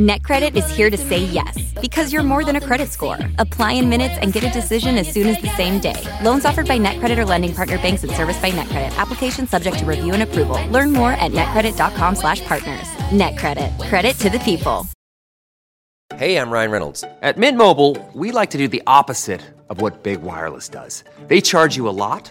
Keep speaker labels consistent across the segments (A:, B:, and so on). A: NetCredit is here to say yes because you're more than a credit score. Apply in minutes and get a decision as soon as the same day. Loans offered by NetCredit or lending partner banks and serviced by NetCredit. Application subject to review and approval. Learn more at netcredit.com/partners. NetCredit. Credit to the people.
B: Hey, I'm Ryan Reynolds. At Mint Mobile, we like to do the opposite of what Big Wireless does. They charge you a lot,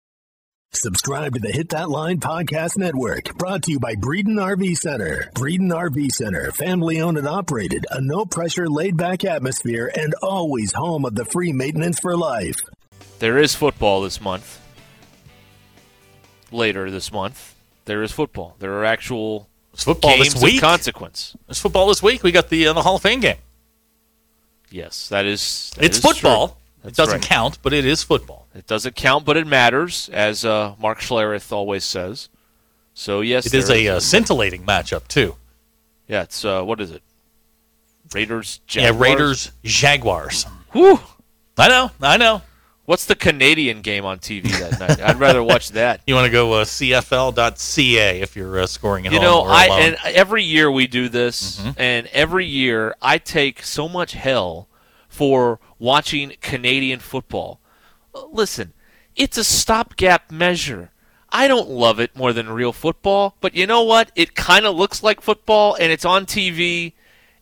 C: Subscribe to the Hit That Line Podcast Network, brought to you by Breeden RV Center. Breeden RV Center, family owned and operated, a no pressure, laid back atmosphere, and always home of the free maintenance for life.
D: There is football this month. Later this month, there is football. There are actual
E: It's football
D: games
E: this
D: of
E: week.
D: consequence.
E: It's football this week. We got the uh, the Hall of Fame game.
D: Yes, that is. that
E: It's
D: is true.
E: football. It
D: That's
E: doesn't
D: right.
E: count, but it is football.
D: It doesn't count, but it matters, as uh, Mark Schlereth always says. So yes,
E: It is
D: there
E: a uh, scintillating matchup too.
D: yeah. It's uh, what is it? Raiders.
E: Yeah,
D: Jaguars?
E: Raiders Jaguars.
D: Whew.
E: I know, I know.
D: What's the Canadian game on TV that night? I'd rather watch that.
E: You want to go uh, CFL.ca if you're uh, scoring at
D: You
E: home
D: know,
E: or
D: I
E: alone.
D: and every year we do this,
E: Mm-hmm.
D: and every year I take so much hell for watching Canadian football. Uh, Listen, it's a stopgap measure. I don't love it more than real football, but you know what? It kind of looks like football, and it's on TV,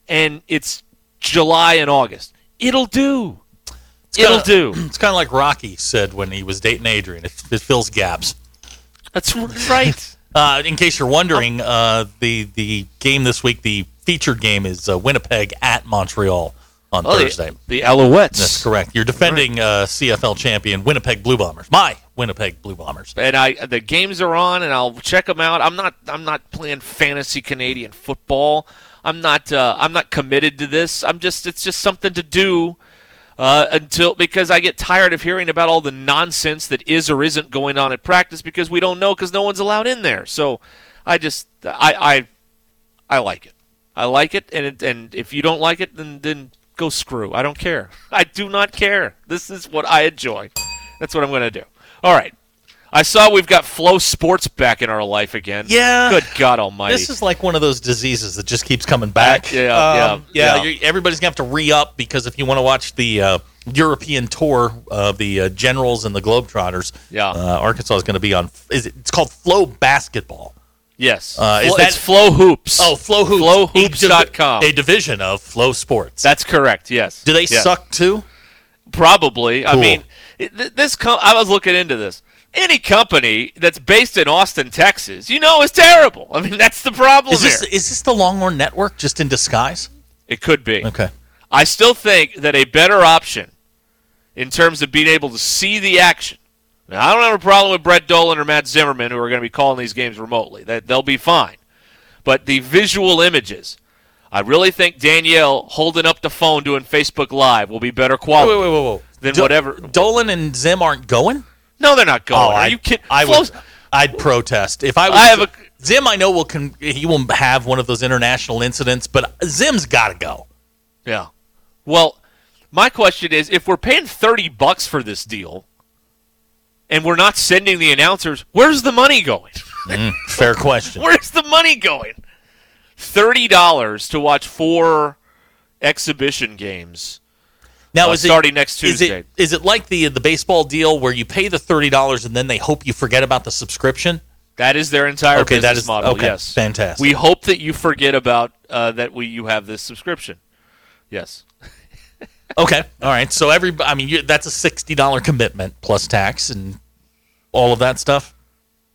D: and it's July and August. It'll do. It'll
E: kinda-
D: do.
E: It's kind of like Rocky said when he was dating Adrian. It, it fills gaps.
D: That's right.
E: Uh, in case you're wondering, uh, the the game this week, the featured game is uh, Winnipeg at Montreal on
D: Oh,
E: Thursday.
D: the, the Alouettes.
E: That's correct. You're defending uh, CFL champion Winnipeg Blue Bombers. My Winnipeg Blue Bombers.
D: and I the games are on, and I'll check them out. I'm not I'm not playing fantasy Canadian football. I'm not uh, I'm not committed to this. I'm just it's just something to do uh, until because I get tired of hearing about all the nonsense that is or isn't going on at practice because we don't know because no one's allowed in there. So I just I I, I like it. I like it, and it, and if you don't like it, then then go screw. I don't care. I do not care. This is what I enjoy. That's what I'm going to do. All right. I saw we've got Flow Sports back in our life again.
E: Yeah.
D: Good God Almighty.
E: This is like one of those diseases that just keeps coming back. Um,
D: Yeah, yeah,
E: yeah.
D: yeah.
E: you're- Everybody's gonna have to re up because if you want to watch the uh, European tour of the uh, Generals and the Globetrotters,
D: Yeah.
E: uh, Arkansas is going to be on. Is it, it's called Flow Basketball.
D: yes.
E: Uh, is
D: Flo-
E: that-
D: it's Flow Hoops?
E: Oh, Flow Hoops.
D: Flowhoops dot com.
E: A division of Flow Sports.
D: That's correct. Yes.
E: Do they
D: Yes.
E: suck too?
D: Probably. I
E: Cool.
D: mean, it- th- this. Com- I was looking into this. Any company that's based in Austin, Texas, you know, is terrible. I mean, that's the problem
E: Is this
D: here.
E: is this the Longhorn Network just in disguise?
D: It could be.
E: Okay.
D: I still think that a better option in terms of being able to see the action. Now, I don't have a problem with Brett Dolan or Matt Zimmerman, who are going to be calling these games remotely. That they'll be fine. But the visual images, I really think Danielle holding up the phone doing Facebook Live will be better quality.
E: wait, wait, wait.
D: Then
E: Do-
D: whatever-
E: Dolan and Zim aren't going.
D: No, they're not going. are
E: Oh, I,
D: you kidding?
E: I
D: Flo's-
E: would. I'd protest if I was.
D: I have a-
E: Zim. I know will con- he will have one of those international incidents, but Zim's got to go.
D: Yeah. Well, my question is if we're paying 30 bucks for this deal and we're not sending the announcers, where's the money going?
E: Fair question.
D: Where's the money going? Thirty dollars to watch four exhibition games.
E: Now
D: Uh,
E: is it,
D: starting next
E: Is
D: Tuesday.
E: it, is it like the the baseball deal where you pay the thirty dollars and then they hope you forget about the subscription?
D: That is their entire
E: Okay, that
D: business
E: is-
D: model.
E: okay,
D: yes,
E: fantastic.
D: We hope that you forget about uh, that we you have this subscription. Yes,
E: Okay, all right. So every I mean you, that's a sixty dollar commitment plus tax and all of that stuff.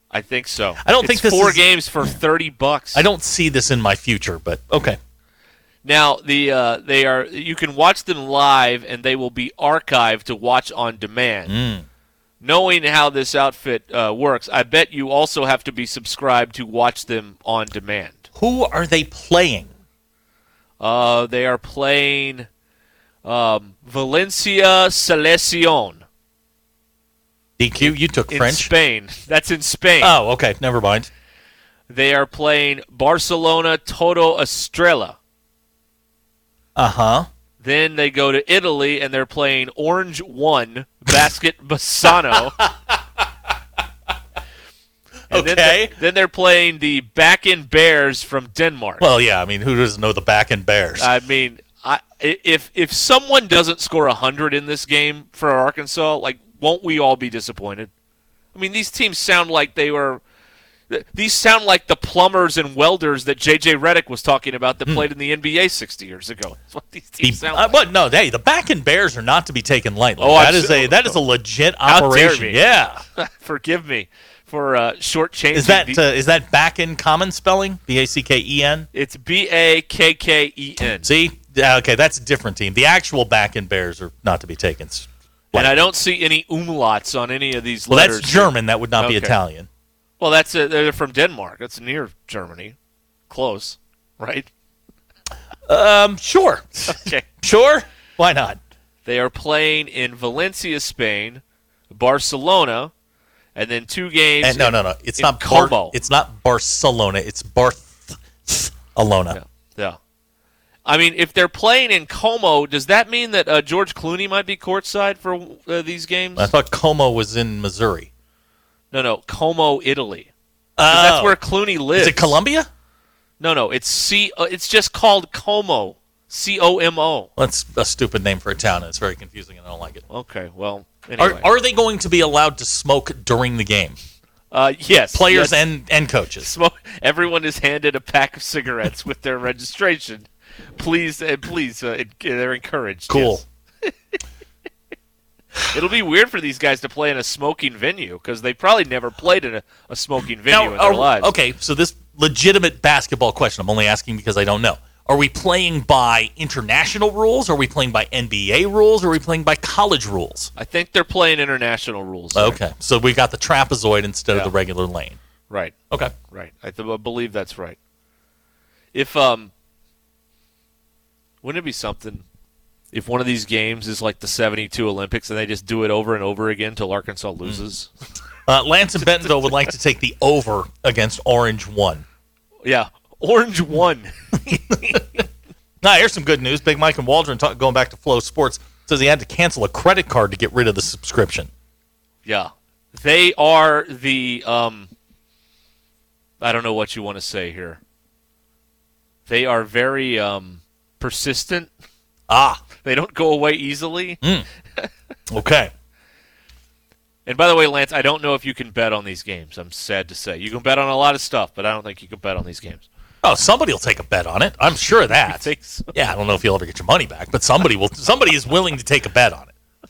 D: I think so.
E: I don't
D: It's
E: think this
D: four
E: is-
D: games for thirty bucks.
E: I don't see this in my future, but okay.
D: Now the uh, they are you can watch them live and they will be archived to watch on demand.
E: Hmm.
D: Knowing how this outfit uh, works, I bet you also have to be subscribed to watch them on demand.
E: Who are they playing?
D: Uh, they are playing um, Valencia Selección.
E: DQ, you took
D: in
E: French.
D: Spain. That's in Spain.
E: Oh, okay. Never mind.
D: They are playing Barcelona Toto Estrella.
E: Uh
D: Uh-huh.
E: huh.
D: Then they go to Italy and they're playing Orange One Basket Bassano. And then
E: Okay.
D: they- Then, they're playing the Back in Bears from Denmark.
E: Well, yeah. I mean, who doesn't know the back end Bears?
D: I mean, I, i- if if someone doesn't score hundred in this game for Arkansas, like, won't we all be disappointed? I mean, these teams sound like they were. th- These sound like the plumbers and welders that JJ Reddick was talking about that played in the NBA 60 years ago. That's what these
E: Hmm. The-
D: teams sound
E: uh,
D: like.
E: but no, hey, the back end Bears are not to be taken lightly.
D: Oh,
E: that
D: I've
E: is
D: se-
E: a that is a legit
D: How dare
E: operation.
D: me.
E: Yeah.
D: Forgive me for uh, shortchanging.
E: Is that
D: the-
E: uh, is that back end common spelling? B a c k e n.
D: it's B A K K E N.
E: See, yeah, okay, that's a different team. The actual back end Bears are not to be taken. s-
D: And I don't see any umlauts on any of these
E: Well,
D: letters.
E: that's German. That would not be
D: Okay.
E: Italian.
D: Well, that's uh, they're from Denmark. That's near Germany, close, right?
E: Um, sure,
D: Okay.
E: sure. Why not?
D: They are playing in Valencia, Spain, Barcelona, and then two games.
E: And uh, no,
D: in-
E: no, no. It's
D: in
E: not Bar-
D: Como.
E: It's not Barcelona. It's Barth. Alona.
D: yeah. I mean, if they're playing in Como, does that mean that uh, George Clooney might be courtside for uh, these games?
E: I thought Como was in Missouri.
D: no, no, Como, Italy. 'Cause
E: Oh.
D: That's where Clooney lives.
E: is it Colombia?
D: No, no, it's C. Uh, it's just called Como. C O M O.
E: Well, That's a stupid name for a town. and It's very confusing, and I don't like it.
D: Okay, well,
E: Are,
D: anyway.
E: are they going to be allowed to smoke during the game?
D: uh, yes,
E: Players
D: yes.
E: and, and coaches.
D: smoke. Everyone is handed a pack of cigarettes with their registration. Please, uh, please, uh, it, they're encouraged.
E: Cool.
D: yes. It'll be weird for these guys to play in a smoking venue because they probably never played in a, a smoking venue in their
E: are-
D: lives.
E: Okay, so this legitimate basketball question, I'm only asking because I don't know. Are we playing by international rules? Are we playing by NBA rules? Are we playing by college rules?
D: I think they're playing international rules.
E: Okay, so we got the trapezoid instead
D: Yeah.
E: of the regular lane.
D: Right.
E: Okay.
D: Right. I, th- I believe that's right. If um, wouldn't it be something if one of these games is like the '72 Olympics and they just do it over and over again till Arkansas loses?
E: Uh, Lance and Bentonville would like to take the over against Orange 1.
D: yeah, Orange won.
E: Now, here's some good news. Big Mike and Waldron, talk, going back to Flow Sports, says he had to cancel a credit card to get rid of the subscription.
D: yeah, they are the um. I don't know what you want to say here. They are very um persistent.
E: Ah,
D: They don't go away easily.
E: okay.
D: And by the way, Lance, I don't know if you can bet on these games. I'm sad to say. You can bet on a lot of stuff, but I don't think you can bet on these games.
E: Oh, somebody will take a bet on it. I'm sure of that.
D: think so?
E: Yeah, I don't know if you'll ever get your money back, but somebody will. Somebody is willing to take a bet on it.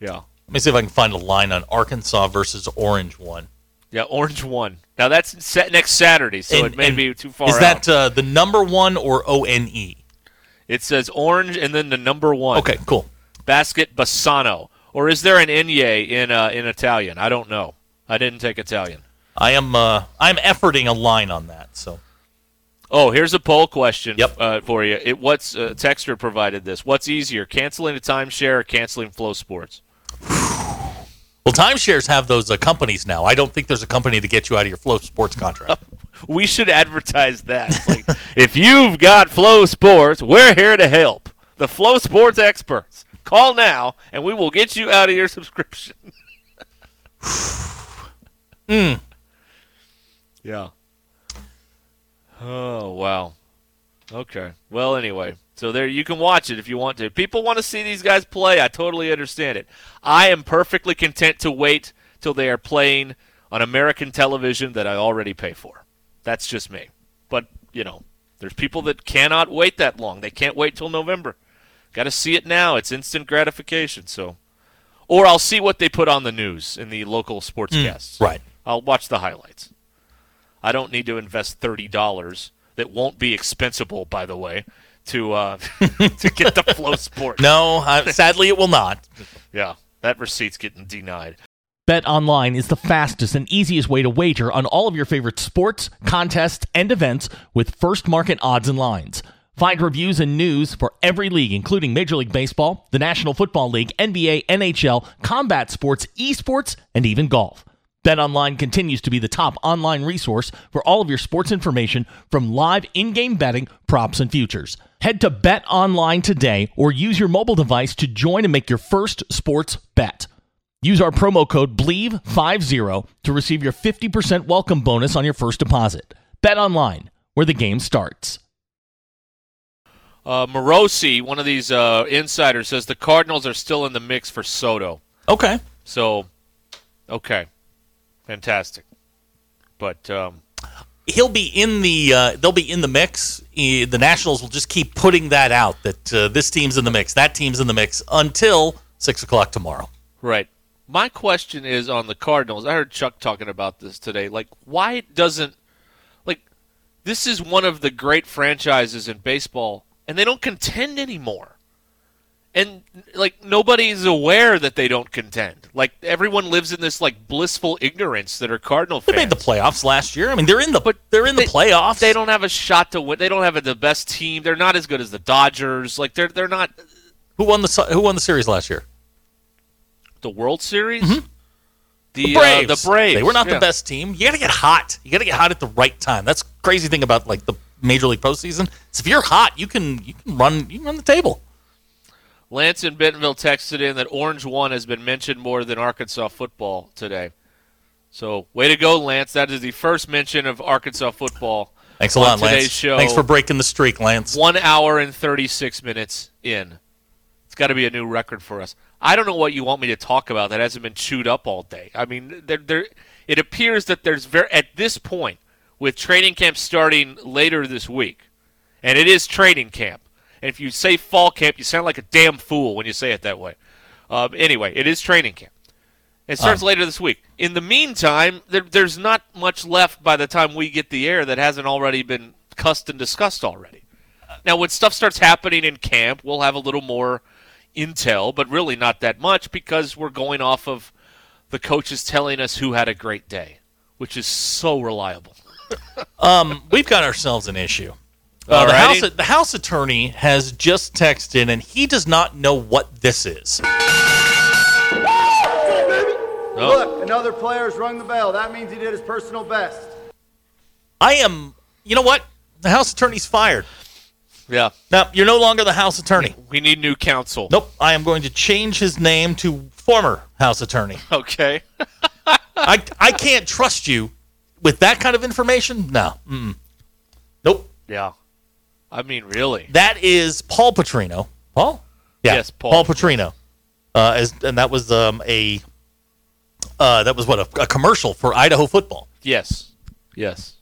D: Yeah.
E: Let me see if I can find a line on Arkansas versus Orange one.
D: Yeah, Orange won. Now that's set next Saturday, so
E: And-
D: it may
E: and
D: be too far
E: Is
D: out.
E: that uh, the number one or O N E?
D: it says Orange and then the number one.
E: Okay, cool.
D: Basket Bassano. Or is there an Enye in uh, in Italian? I don't know. I didn't take Italian.
E: I am uh, I'm efforting a line on that. So
D: Oh, here's a poll question
E: Yep.
D: uh, for you. It, what's uh, Texter provided this? What's easier, canceling a timeshare or canceling Flow Sports?
E: well, timeshares have those uh, companies now. I don't think there's a company to get you out of your flow sports contract.
D: we should advertise that. It's Like, if you've got Flow Sports, we're here to help. The Flow Sports experts. Call now, and we will get you out of your subscription. Yeah. Oh wow. Okay. Well, anyway, so there you can watch it if you want to. People want to see these guys play. I totally understand it. I am perfectly content to wait till they are playing on American television that I already pay for. That's just me. But, you know, there's people that cannot wait that long. They can't wait till November. Got to see it now. It's instant gratification, so or I'll see what they put on the news in the local sportscasts.
E: right.
D: I'll watch the highlights. I don't need to invest thirty dollars that won't be expensible, by the way, to uh, to get the flow sport.
E: No, uh, sadly it will not.
D: Yeah, that receipt's getting denied.
F: Bet online is the fastest and easiest way to wager on all of your favorite sports, contests, and events with first market odds and lines. Find reviews and news for every league, including Major League Baseball, the National Football League, NBA, NHL, combat sports, esports, and even golf. BetOnline continues to be the top online resource for all of your sports information from live in-game betting, props, and futures. Head to BetOnline today or use your mobile device to join and make your first sports bet. Use our promo code BLEAV50 to receive your 50% welcome bonus on your first deposit. BetOnline, where the game starts.
D: Uh, Morosi, one of these uh, insiders, says the Cardinals are still in the mix for Soto.
E: Okay.
D: So, okay, fantastic. But um,
E: he'll be in the uh, they'll be in the mix. Eh, The Nationals will just keep putting that out that uh, this team's in the mix, that team's in the mix until six o'clock tomorrow.
D: right, my question is on the Cardinals. I heard Chuck talking about this today. Like, why doesn't like this is one of the great franchises in baseball, and they don't contend anymore. And like nobody's aware that they don't contend. Like everyone lives in this like blissful ignorance that are Cardinal
E: They
D: fans.
E: made the playoffs last year. I mean, they're in the
D: But
E: they're in the
D: they-
E: playoffs.
D: They don't have a shot to win. They don't have a, the best team. They're not as good as the Dodgers. Like they're they're not
E: who won the se- who won the series last year?
D: the World Series. The
E: Mm-hmm. The
D: uh,
E: Braves.
D: the Braves.
E: They were not
D: Yeah.
E: the best team. You got to get hot. You got to get hot at the right time. That's the crazy thing about like the major league postseason. Is if you're hot, you can you can run you can run the table.
D: Lance in Bentonville texted in that Orange One has been mentioned more than Arkansas football today. So way to go, Lance. That is the first mention of Arkansas football.
E: Thanks a
D: on
E: lot,
D: today's
E: Lance.
D: Show,
E: Thanks for breaking the streak, Lance.
D: one hour and thirty six minutes in. It's got to be a new record for us. I don't know what you want me to talk about that hasn't been chewed up all day. I mean, there, there. It appears that there's very at this point with training camp starting later this week, and it is training camp. And if you say fall camp, you sound like a damn fool when you say it that way. Um, anyway, it is training camp. It starts later this week. In the meantime, there, there's not much left by the time we get the air that hasn't already been cussed and discussed already. Now, when stuff starts happening in camp, we'll have a little more intel, but really not that much because we're going off of the coaches telling us who had a great day, which is so reliable.
E: Um, we've got ourselves an issue. Uh, the,
D: Alrighty.
E: house, the house attorney has just texted in, and he does not know what this is.
D: Oh,
G: Look, another player's rung the bell. That means he did his personal best.
E: I am, you know what? The house attorney's fired.
D: Yeah,
E: Now, you're no longer the house attorney.
D: we need new counsel.
E: Nope, I am going to change his name to former house attorney.
D: Okay.
E: I, I can't trust you with that kind of information. No. Mm-mm. Nope.
D: Yeah. I mean, really.
E: That is Paul Petrino. Paul?
D: Yes, Paul.
E: Petrino. Uh, as, and that was um, a uh, that was what a, a commercial for Idaho football.
D: Yes. Yes.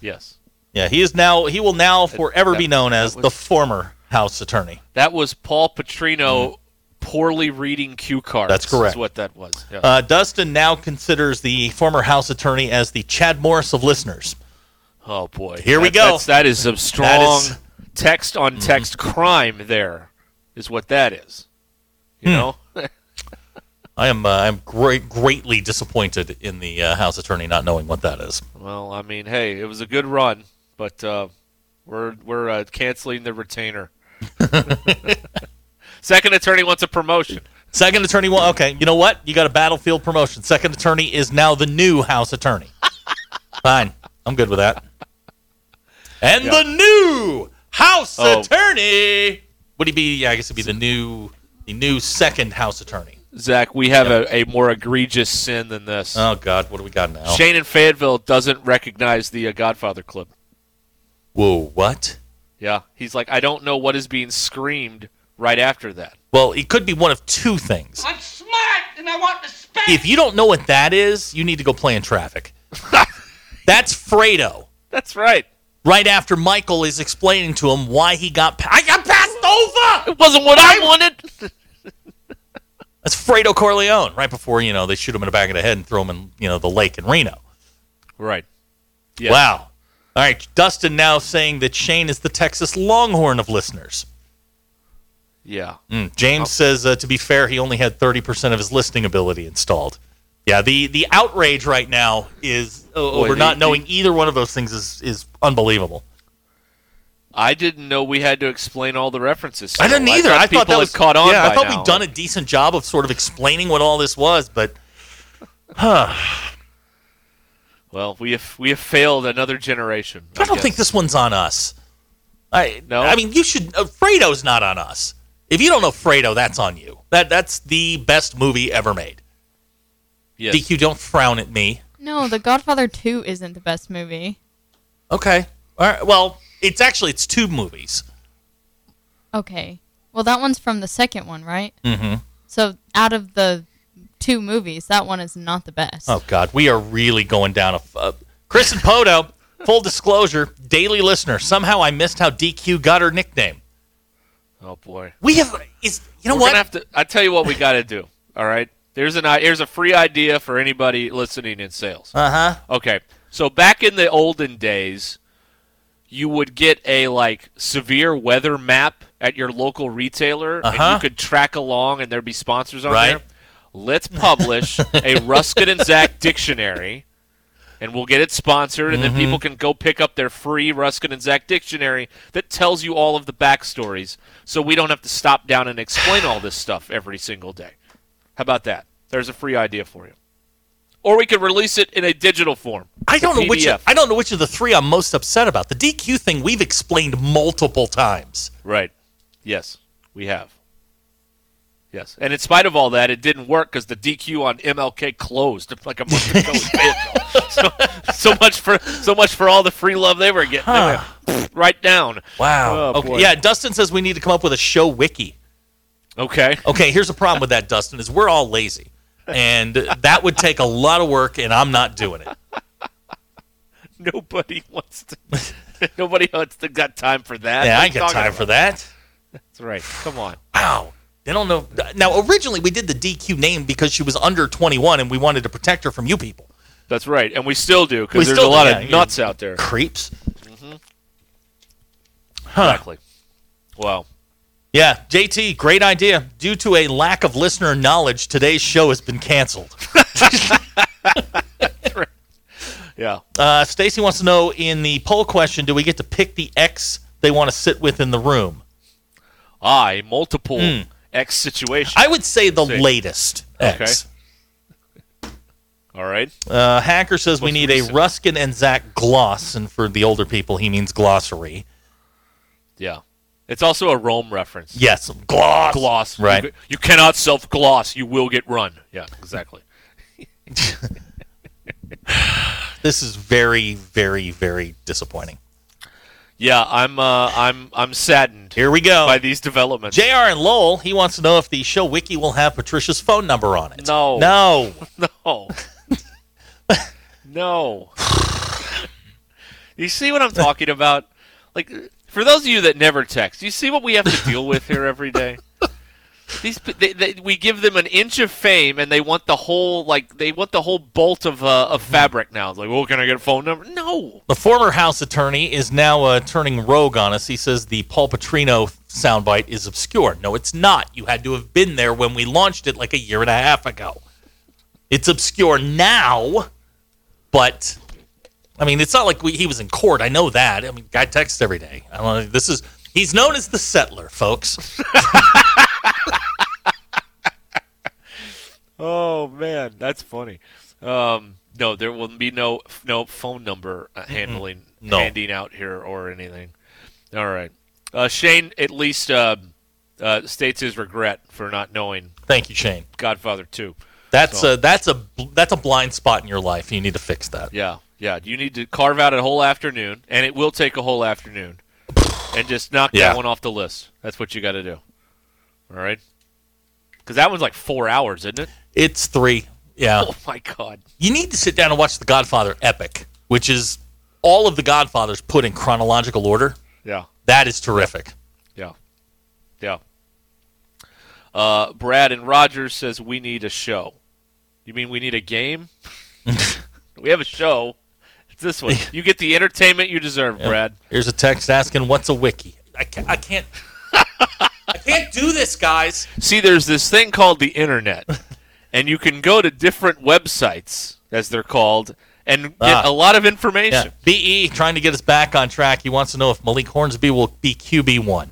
D: Yes.
E: Yeah, he is now he will now forever be known as the former House Attorney.
D: That was Paul Petrino poorly reading cue cards.
E: That's correct.
D: Is what that was. Yeah.
E: Uh, Dustin now considers the former House Attorney as the Chad Morris of listeners.
D: oh boy.
E: here we
D: That-
E: go.
D: That's, that is some strong
E: is- Mm-hmm.
D: text on text crime. There is what that is. You
E: Hmm.
D: know.
E: I am uh, I'm great, greatly disappointed in the uh, House Attorney not knowing what that is.
D: Well, I mean, hey, it was a good run, but uh, we're we're uh, canceling the retainer. Second attorney wants a promotion.
E: Second attorney, well, okay, you know what? You got a battlefield promotion. Second attorney is now the new House Attorney. Fine, I'm good with that. And the new House
D: Oh.
E: Attorney would he be? Yeah, I guess it'd be the new the new second House Attorney.
D: Zach, we have a, a more egregious sin than this.
E: Oh God, what do we got now?
D: Shane in Fayetteville doesn't recognize the uh, Godfather clip.
E: Whoa, what?
D: Yeah, he's like, I don't know what is being screamed right after that.
E: Well, it could be one of two things.
H: I'm smart and I want respect.
E: If you don't know what that is, you need to go play in traffic. That's Fredo.
D: That's right.
E: Right after Michael is explaining to him why he got pa- I got passed over.
D: It wasn't what I wanted.
E: That's Fredo Corleone. Right before you know they shoot him in the back of the head and throw him in you know the lake in Reno.
D: Right. Yeah.
E: Wow. All right, Dustin now saying that Shane is the Texas Longhorn of listeners.
D: Yeah.
E: Mm,
D: Oh.
E: James says, uh, to be fair, he only had 30% of his listening ability installed. Yeah, the, the outrage right now is uh, over
D: Oh, the-
E: not
D: the-
E: knowing either one of those things is, is unbelievable.
D: I didn't know we had to explain all the references.
E: I didn't
D: so
E: either.
D: thought
E: I thought
D: people
E: that
D: had
E: was
D: caught on.
E: Yeah, I
D: by
E: thought
D: now.
E: we'd done a decent job of sort of explaining what all this was, but
D: Well, we have we have failed another generation.
E: I don't think
D: guess.
E: this one's on us. I
D: No?
E: I mean, you should. Uh, Fredo's not on us. If you don't know Fredo, that's on you. That that's the best movie ever made.
D: Yes.
E: DQ, don't frown at me.
I: No, The Godfather 2 isn't the best movie.
E: Okay. All right. Well, it's actually it's two movies.
I: Okay. Well, that one's from the second one, right? Mm-hmm. So out of the two movies, that one is not the best.
E: Oh God, we are really going down a. f- uh, Chris and Podo. full disclosure, daily listener. Somehow I missed how DQ got her nickname.
D: Oh boy.
E: We have is you know
D: We're
E: what?
D: gonna have to. I tell you what, we got to do. All right. There's an i- here's a free idea for anybody listening in sales. Uh
E: Uh-huh.
D: huh. Okay. So back in the olden days, you would get a like severe weather map at your local retailer,
E: Uh-huh.
D: and you could track along, and there'd be sponsors on
E: Right.
D: there. Let's publish a Ruskin and Zach dictionary, and we'll get it sponsored,
E: Mm-hmm.
D: and then people can go pick up their free Ruskin and Zach dictionary that tells you all of the backstories, so we don't have to stop down and explain all this stuff every single day. How about that? There's a free idea for you. Or we could release it in a digital form.
E: I don't
D: a
E: know which
D: PDF.
E: I don't know which of the three I'm most upset about. The DQ thing we've explained multiple times.
D: Right. Yes, we have. Yes, and in spite of all that, it didn't work because the DQ on MLK closed like a month ago. It failed. so, so much for so much for all the free love they were getting. They went, "Pfft, right down.
E: Wow.
D: Oh,
E: okay.
D: boy.
E: Yeah, Dustin says we need to come up with a show wiki.
D: Okay.
E: Okay, here's the problem with that, Dustin, is we're all lazy. And that would take a lot of work and I'm not doing it.
D: Nobody wants to. nobody wants to got time for that.
E: Yeah,
D: What
E: I
D: are
E: ain't
D: you
E: got
D: talking
E: time
D: about?
E: for that.
D: That's right. Come on.
E: Wow. They don't know now originally we did the DQ name because she was under twenty one and we wanted to protect her from you people.
D: That's right, and we still do
E: We
D: because there's a
E: still do,
D: lot
E: yeah,
D: of nuts out there.
E: Creeps.
D: Mm-hmm. Exactly. Wow.
E: Yeah, JT, great idea. Due to a lack of listener knowledge, today's show has been canceled.
D: Yeah.
E: Uh, Stacy wants to know in the poll question, do we get to pick the ex they want to sit with in the room?
D: I multiple
E: Hmm.
D: X situation.
E: I would say the
D: See.
E: latest ex.
D: all right.
E: Uh, Hacker says we
D: Most
E: need a
D: recent.
E: Ruskin and Zach gloss, and for the older people, he means glossary.
D: Yeah. It's also a Rome reference.
E: Yes, gloss.
D: Gloss. You
E: Right.
D: ca- You, cannot self gloss. You will get run. Yeah, exactly.
E: This is very, very, very disappointing.
D: Yeah, I'm uh, I'm I'm saddened
E: Here we go.
D: by these developments.
E: JR and Lowell, he wants to know if the show wiki will have Patricia's phone number on it.
D: No.
E: No.
D: no. no. you see what I'm talking about? Like for those of you that never text, you see what we have to deal with here every day? These p- they, they, we give them an inch of fame and they want the whole like they want the whole bolt of uh, of fabric now. It's like, "Well, can I get a phone number?" No.
E: The former House attorney is now uh, turning rogue on us. He says the Paul Petrino soundbite is obscure. No, it's not. You had to have been there when we launched it like a year and a half ago. It's obscure now, but I mean, it's not like we, he was in court. I know that. I mean, guy texts every day. I don't know. This is he's known as the settler, folks.
D: Oh man, that's funny. Um, no, there will be no no phone number uh, handling
E: No.
D: handing out here or anything. All right, uh, Shane at least uh, uh, states his regret for not knowing
E: Thank you, Shane.
D: Godfather Two.
E: That's a that's a bl- that's a blind spot in your life. You need to fix that.
D: Yeah, yeah. You need to carve out a whole afternoon, and it will take a whole afternoon, and just knock
E: Yeah.
D: that one off the list. That's what you got to do. All right, because that one's like four hours, isn't it?
E: It's three. Yeah.
D: Oh my god.
E: you need to sit down and watch the Godfather epic, which is all of the Godfathers put in chronological order.
D: Yeah.
E: That is terrific.
D: Yeah. Yeah. Uh, Brad and Rogers says we need a show. You mean we need a game? we have a show. It's this one. You get the entertainment you deserve, Brad.
E: Here's a text asking, "What's a wiki?" I can't. I can't, I can't do this, guys.
D: See, there's this thing called the internet, and you can go to different websites, as they're called, and get
E: Ah.
D: a lot of information.
E: Yeah. BE E, trying to get us back on track. He wants to know if Malik Hornsby will be QB1.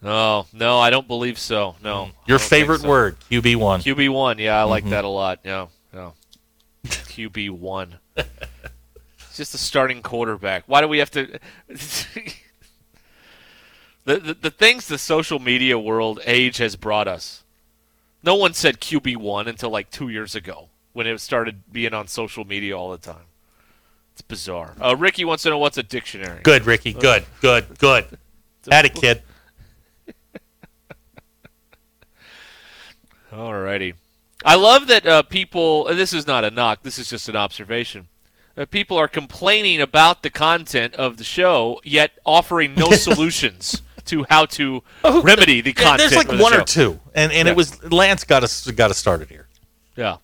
D: No, Oh, no, I don't believe so. No.
E: Your
D: I don't think
E: favorite
D: so.
E: word, QB1.
D: QB one. Yeah, I like that a lot. Yeah, yeah. QB one. It's just a starting quarterback. Why do we have to? the, the the things the social media world age has brought us. No one said QB one until like two years ago when it started being on social media all the time. It's bizarre. Uh, Ricky wants to know what's a dictionary.
E: Good, Ricky. Good, good, good. Had it, kid.
D: Alrighty. I love that uh, people. and This is not a knock. This is just an observation. Uh, people are complaining about the content of the show, yet offering no solutions to how to remedy the
E: Oh, Yeah,
D: content.
E: there's like
D: of the
E: one
D: show.
E: or two, and and
D: Yeah.
E: it was Lance got us got us started here.
D: Yeah.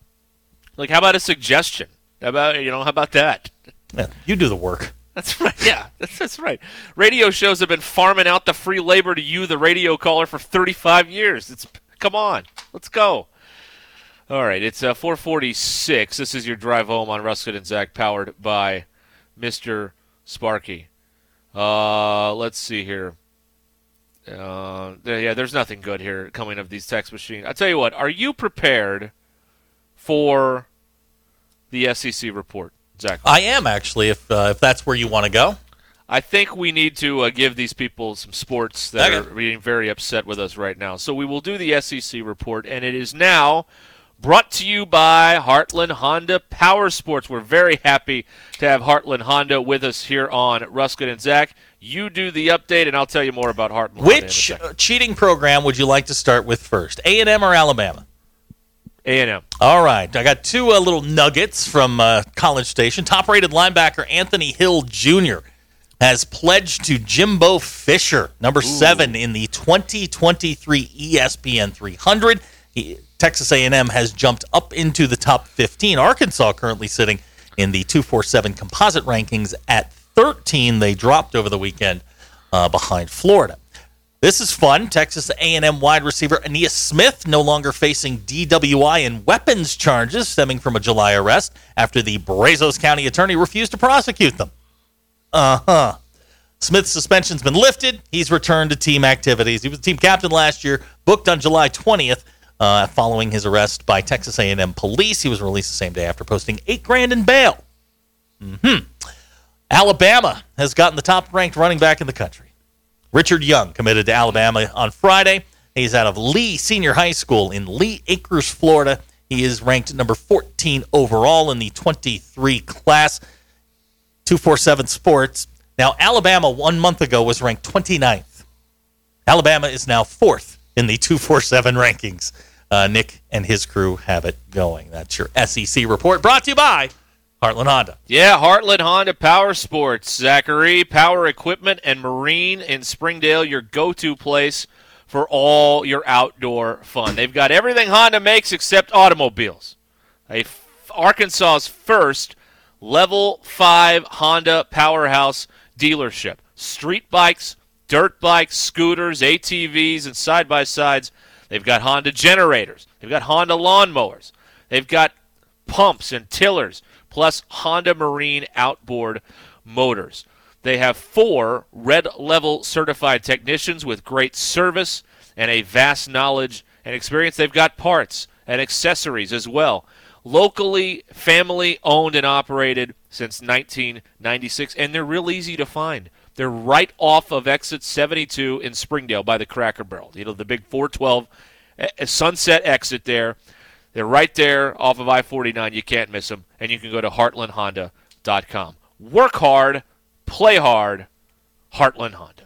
D: Like, how about a suggestion? How about you know? How about that?
E: Yeah, you do the work.
D: That's right. Yeah, that's, that's right. Radio shows have been farming out the free labor to you, the radio caller, for 35 years. It's come on, let's go. All right, it's uh, 446. This is your drive home on Ruskin and Zach, powered by Mister Sparky. Uh, let's see here. Uh, there- yeah, there's nothing good here coming of these text machines. I tell you what, are you prepared for the SEC report, Zach?
E: I am actually, if uh, if that's where you want to go.
D: I think we need to uh, give these people some sports that
E: Okay.
D: are being very upset with us right now. So we will do the SEC report, and it is now brought to you by Heartland Honda Power Sports. We're very happy to have Heartland Honda with us here on Ruskin and Zach. You do the update, and I'll tell you more about Heartland. Honda in a
E: Which
D: second.
E: uh, cheating program would you like to start with first, A and M or Alabama?
D: A&M?
E: All right, I got two uh, little nuggets from uh, College Station. Top-rated linebacker Anthony Hill Jr. has pledged to Jimbo Fisher, number seven in the E 2023 ESPN 300. He, Texas A&M has jumped up into the top 15. Arkansas currently sitting in the 247 composite rankings at 13. They dropped over the weekend uh, behind Florida. This is fun. Texas A&M wide receiver Aeneas Smith no longer facing DWI and weapons charges stemming from a July arrest after the Brazos County attorney refused to prosecute them. Uh-huh. Smith's suspension's been lifted. He's returned to team activities. He was team captain last year, booked on July 20th uh, following his arrest by Texas A&M police. He was released the same day after posting 8 grand in bail. Mhm. Alabama has gotten the top-ranked running back in the country. Richard Young committed to Alabama on Friday. He's out of Lee Senior High School in Lee Acres, Florida. He is ranked number 14 overall in the 23 class. 247 Sports. Now, Alabama one month ago was ranked 29th. Alabama is now fourth in the 247 rankings. Uh, Nick and his crew have it going. That's your SEC report brought to you by Heartland Honda.
D: Yeah, Heartland Honda Power Sports, Zachary, Power Equipment, and Marine in Springdale, your go to place for all your outdoor fun. They've got everything Honda makes except automobiles. A f- Arkansas's first level 5 Honda powerhouse dealership. Street bikes, dirt bikes, scooters, ATVs, and side by sides. They've got Honda generators, they've got Honda lawnmowers, they've got pumps and tillers, plus Honda Marine outboard motors. They have four red level certified technicians with great service and a vast knowledge and experience. They've got parts and accessories as well. Locally, family owned and operated since 1996, and they're real easy to find. They're right off of exit 72 in Springdale by the Cracker Barrel. You know, the big 412 eh, sunset exit there. They're right there off of I 49. You can't miss them. And you can go to heartlandhonda.com. Work hard, play hard, Heartland Honda.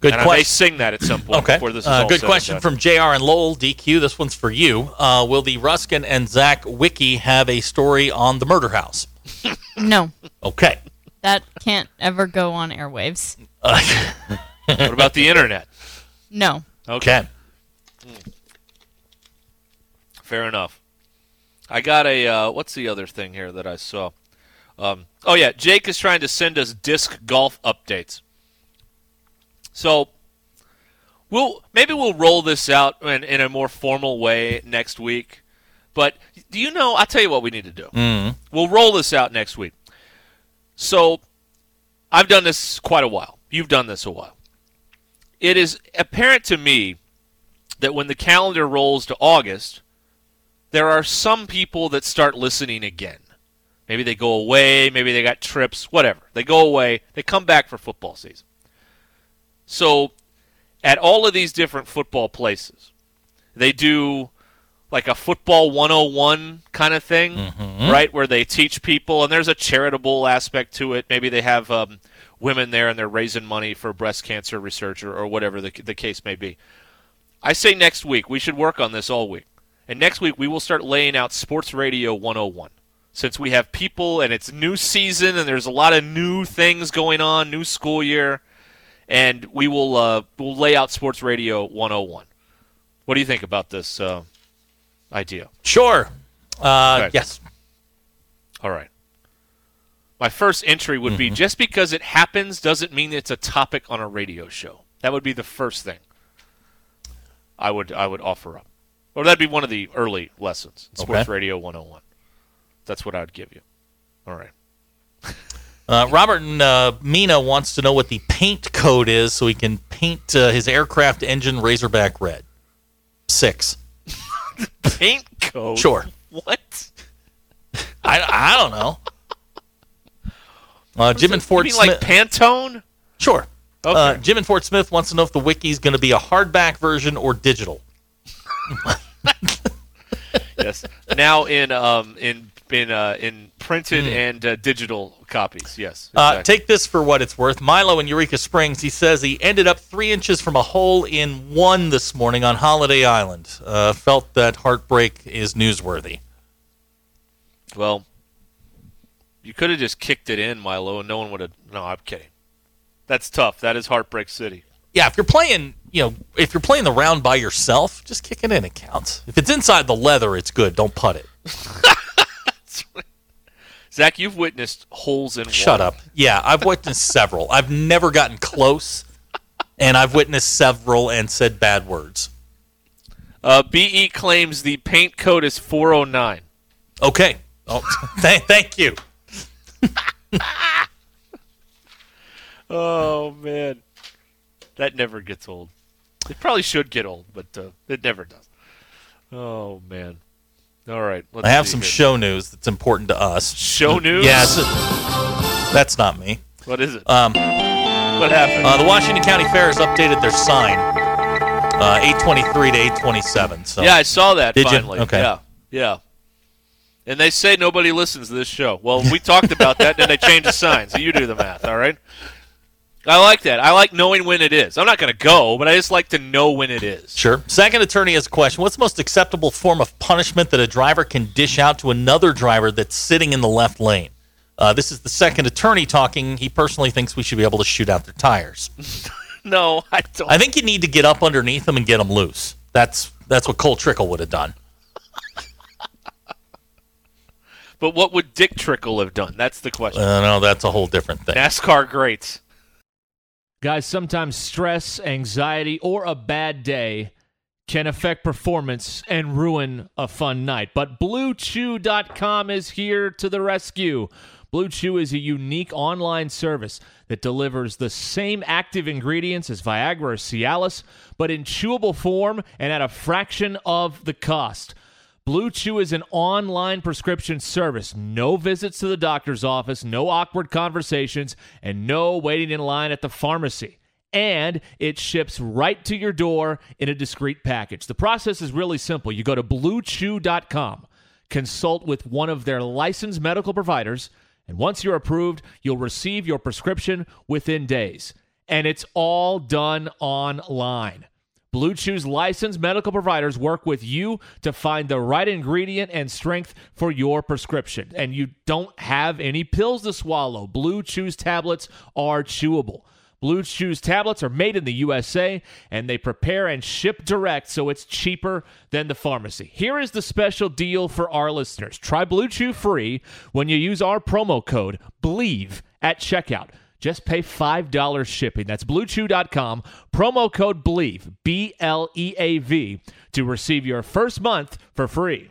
E: Good
D: and I may
E: question.
D: sing that at some point
E: Okay.
D: before this is
E: Uh,
D: all
E: good
D: said and
E: question
D: done.
E: from JR and Lowell DQ. This one's for you. Uh, will the Ruskin and Zach Wiki have a story on the murder house?
I: No,
E: Okay.
I: that can't ever go on airwaves.
D: What about the internet?
I: No.
E: Okay.
D: Fair enough. I got a uh, what's the other thing here that I saw? Um, oh yeah, Jake is trying to send us disc golf updates. So we'll maybe we'll roll this out in, in a more formal way next week. But do you know? I'll tell you what we need to do. We'll roll this out next week. So I've done this quite a while. You've done this a while. It is apparent to me that when the calendar rolls to August, there are some people that start listening again. Maybe they go away, maybe they got trips, whatever. They go away, they come back for football season. So at all of these different football places, they do like a football 101 kind of thing, right? Where they teach people, and there's a charitable aspect to it. Maybe they have um, women there and they're raising money for breast cancer research or, or whatever the, the case may be. I say next week. We should work on this all week. And next week, we will start laying out Sports Radio 101. Since we have people and it's new season and there's a lot of new things going on, new school year, and we will uh, we'll lay out Sports Radio 101. What do you think about this uh, idea?
E: Sure. Uh,
D: Okay.
E: Yes.
D: All right. My first entry would
E: Mm-hmm.
D: be just because it happens doesn't mean it's a topic on a radio show. That would be the first thing I would I would offer up. Or that'd be one of the early lessons. in Sports
E: Okay.
D: Radio 101. That's what I would give you. All right.
E: Uh, Robert and, uh, Mina wants to know what the paint code is so he can paint uh, his aircraft engine Razorback red. Six.
D: Paint code.
E: Sure.
D: What?
E: I, I don't know. Uh, Jim and Fort
D: you mean
E: Smith.
D: like Pantone?
E: sure.
D: Okay.
E: Uh, Jim and Fort Smith wants to know if the wiki's going to be a hardback version or digital.
D: yes. Now in um in in uh, in printed and uh, digital copies. Yes.
E: Mm. Uh,
D: exactly.
E: take this for what it's worth. Milo in Eureka Springs, he says he ended up three inches from a hole in one this morning on Holiday Island. Uh, felt that heartbreak is newsworthy.
D: Well, you could have just kicked it in, Milo, and no one would have. No, I'm kidding. That's tough. That is Heartbreak City.
E: Yeah, if you're playing, you know, if you're playing the round by yourself, just kick it in. It counts. If it's inside the leather, it's good. Don't putt it.
D: Zach, you've witnessed holes in.
E: Shut
D: water.
E: up. Yeah, I've witnessed several. I've never gotten close, and I've witnessed several and said bad words.
D: Uh, BE claims the paint code is 409.
E: Okay. Oh, th- thank you.
D: Oh man, that never gets old. It probably should get old, but uh, it never does. Oh man. All right. Let's
E: I have
D: see
E: some
D: here.
E: show news that's important to us.
D: show news.
E: Yeah, it's that's not me.
D: What is it?
E: Um,
D: what happened?
E: Uh, the Washington County Fair has updated their sign, uh, 823 to 827. So
D: Yeah, I saw that
E: Did you?
D: finally.
E: Okay.
D: Yeah. Yeah. And they say nobody listens to this show. Well, we talked about that, and then they changed the sign. So you do the math, all right? I like that. I like knowing when it is. I'm not going to go, but I just like to know when it is.
E: sure. Second attorney has a question. What's the most acceptable form of punishment that a driver can dish out to another driver that's sitting in the left lane? Uh, this is the second attorney talking. He personally thinks we should be able to shoot out their tires.
D: No, I don't.
E: I think you need to get up underneath them and get them loose. That's that's what Cole Trickle would have done.
D: But what would Dick Trickle have done? That's the question.
E: Uh, no, that's a whole different thing.
D: NASCAR greats.
J: Guys, sometimes stress, anxiety, or a bad day can affect performance and ruin a fun night. But BlueChew.com is here to the rescue. Blue Chew is a unique online service that delivers the same active ingredients as Viagra or Cialis, but in chewable form and at a fraction of the cost. Blue Chew is an online prescription service. No visits to the doctor's office, no awkward conversations, and no waiting in line at the pharmacy. And it ships right to your door in a discreet package. The process is really simple. You go to bluechew.com, consult with one of their licensed medical providers, and once you're approved, you'll receive your prescription within days. And it's all done online. Blue Chew's licensed medical providers work with you to find the right ingredient and strength for your prescription. And you don't have any pills to swallow. Blue Chew's tablets are chewable. Blue Chew's tablets are made in the USA and they prepare and ship direct so it's cheaper than the pharmacy. Here is the special deal for our listeners. Try Blue Chew free when you use our promo code BELIEVE at checkout. Just pay $5 shipping. That's bluechew.com, promo code BLEAV, B L E A V, to receive your first month for free.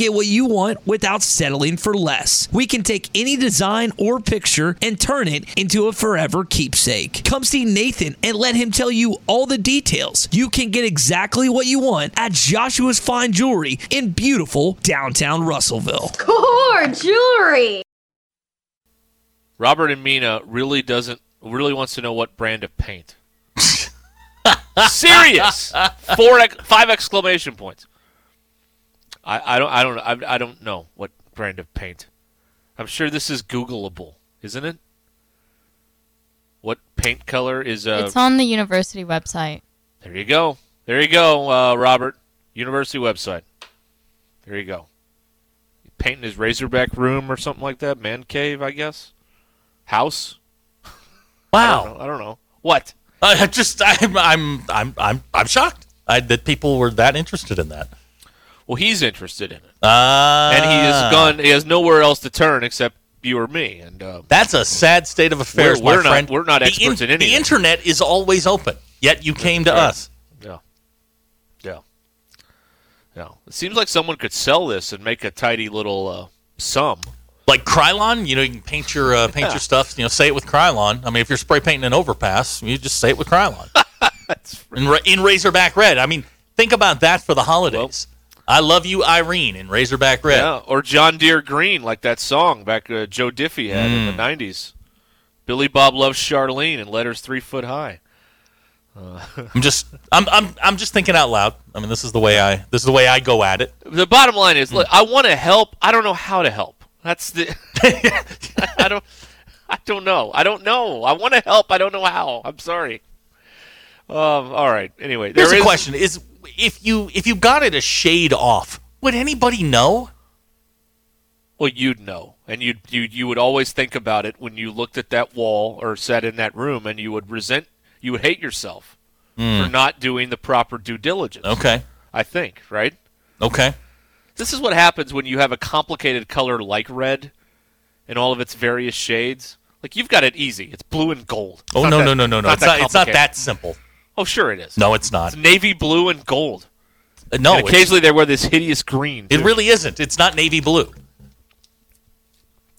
K: get what you want without settling for less. We can take any design or picture and turn it into a forever keepsake. Come see Nathan and let him tell you all the details. You can get exactly what you want at Joshua's Fine Jewelry in beautiful downtown Russellville.
L: Core jewelry.
D: Robert and Mina really doesn't really wants to know what brand of paint. Serious. Four, ex- five exclamation points. I, I don't, I don't, I, I don't know what brand of paint. I'm sure this is Googleable, isn't it? What paint color is? Uh,
I: it's on the university website.
D: There you go. There you go, uh, Robert. University website. There you go. Painting his Razorback room or something like that. Man cave, I guess. House. Wow. I don't know. I don't know. What?
E: I I just I'm I'm I'm I'm, I'm shocked I, that people were that interested in that.
D: Well, he's interested in it,
E: Ah.
D: and he has gone. He has nowhere else to turn except you or me. And uh,
E: That's a sad state of affairs,
D: We're- we're
E: my
D: not-
E: friend.
D: we're not
E: The
D: experts in anything.
E: The internet is always open, yet you came to
D: Yeah.
E: us.
D: yeah, yeah, yeah. It seems like someone could sell this and make a tidy little uh, sum.
E: Like Krylon, you know, you can paint your uh, paint
D: Yeah.
E: your stuff. You know, say it with Krylon. I mean, if you're spray painting an overpass, you just say it with Krylon. in, ra- in Razorback Red. I mean, think about that for the holidays. I love you, Irene, in Razorback Red.
D: Yeah, or John Deere Green, like that song back uh, Joe Diffie had in
E: Mm.
D: the '90s. Billy Bob loves Charlene and letters three foot high. Uh,
E: I'm just I'm, I'm I'm just thinking out loud. I mean, this is the way I this is the way I go at it.
D: the bottom line
E: Hmm.
D: is, look, I want to help. I don't know how to help. That's the. I don't. I don't know. I don't know. I want to help. I don't know how. I'm sorry. Um. All right. Anyway,
E: Here's
D: there
E: a
D: is
E: question: Is if you if you got it a shade off, would anybody know?
D: Well, you'd know, and you'd you you would always think about it when you looked at that wall or sat in that room, and you would resent, you would hate yourself
E: Hmm.
D: for not doing the proper due diligence.
E: Okay.
D: I think right.
E: Okay.
D: This is what happens when you have a complicated color like red, in all of its various shades. Like you've got it easy. It's blue and gold. It's
E: Oh
D: not
E: no,
D: that-
E: no no no no! It's not, it's not
D: complicated.
E: that simple.
D: Oh sure it is.
E: No, it's not.
D: It's navy blue and gold.
E: Uh, no,
D: And occasionally they wear this hideous green.
E: It
D: too.
E: really isn't. It's not navy blue.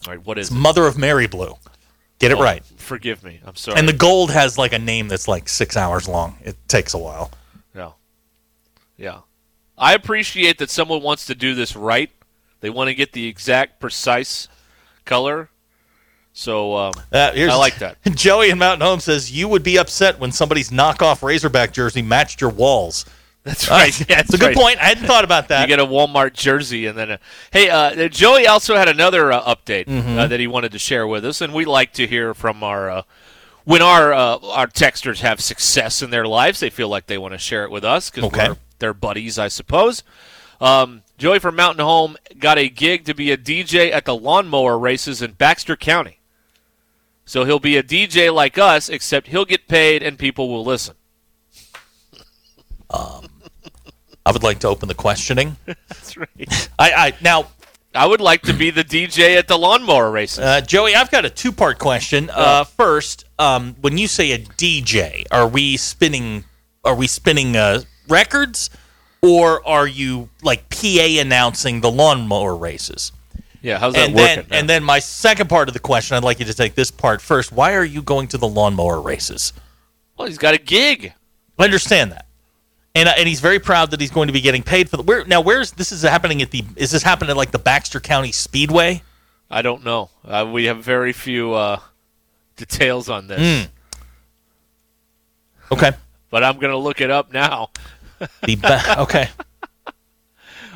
D: All right, what is
E: It's Mother of Mary blue. Get it
D: Oh,
E: right.
D: Forgive me. I'm sorry.
E: And the gold has like a name that's like six hours long. It takes a while.
D: Yeah. Yeah. I appreciate that someone wants to do this right. They want to get the exact, precise color. So um,
E: Uh, here's-
D: I like that.
E: Joey in Mountain Home says you would be upset when somebody's knockoff Razorback jersey matched your walls.
D: That's
E: All
D: right. Yeah,
E: It's a good point. I hadn't thought about that.
D: You get a Walmart jersey, and then a, hey, uh, Joey also had another uh, update
E: Mhm.
D: uh, that he wanted to share with us, and we like to hear from our uh, when our uh, our texters have success in their lives, they feel like they want to share it with us because
E: Okay.
D: we're their buddies, I suppose. Um, Joey from Mountain Home got a gig to be a DJ at the lawnmower races in Baxter County. So he'll be a DJ like us, except he'll get paid and people will listen.
E: I would like to open the questioning.
D: That's right.
E: I, I now
D: I would like to be the DJ at the lawnmower races.
E: Uh, Joey, I've got a two-part question. Uh, first, um, when you say a DJ, are we spinning? Are we spinning uh, records, or are you like PA announcing the lawnmower races?
D: Yeah, how's that
E: and
D: working?
E: Then, and then my second part of the question, I'd like you to take this part first. Why are you going to the lawnmower races?
D: Well, he's got a gig.
E: I understand that, and uh, and he's very proud that he's going to be getting paid for the. Where now? Where's this is happening at the? Is this happening at like the Baxter County Speedway?
D: I don't know. Uh, we have very few uh, details on this.
E: Mm. Okay.
D: But I'm going to look it up now.
E: The ba- okay.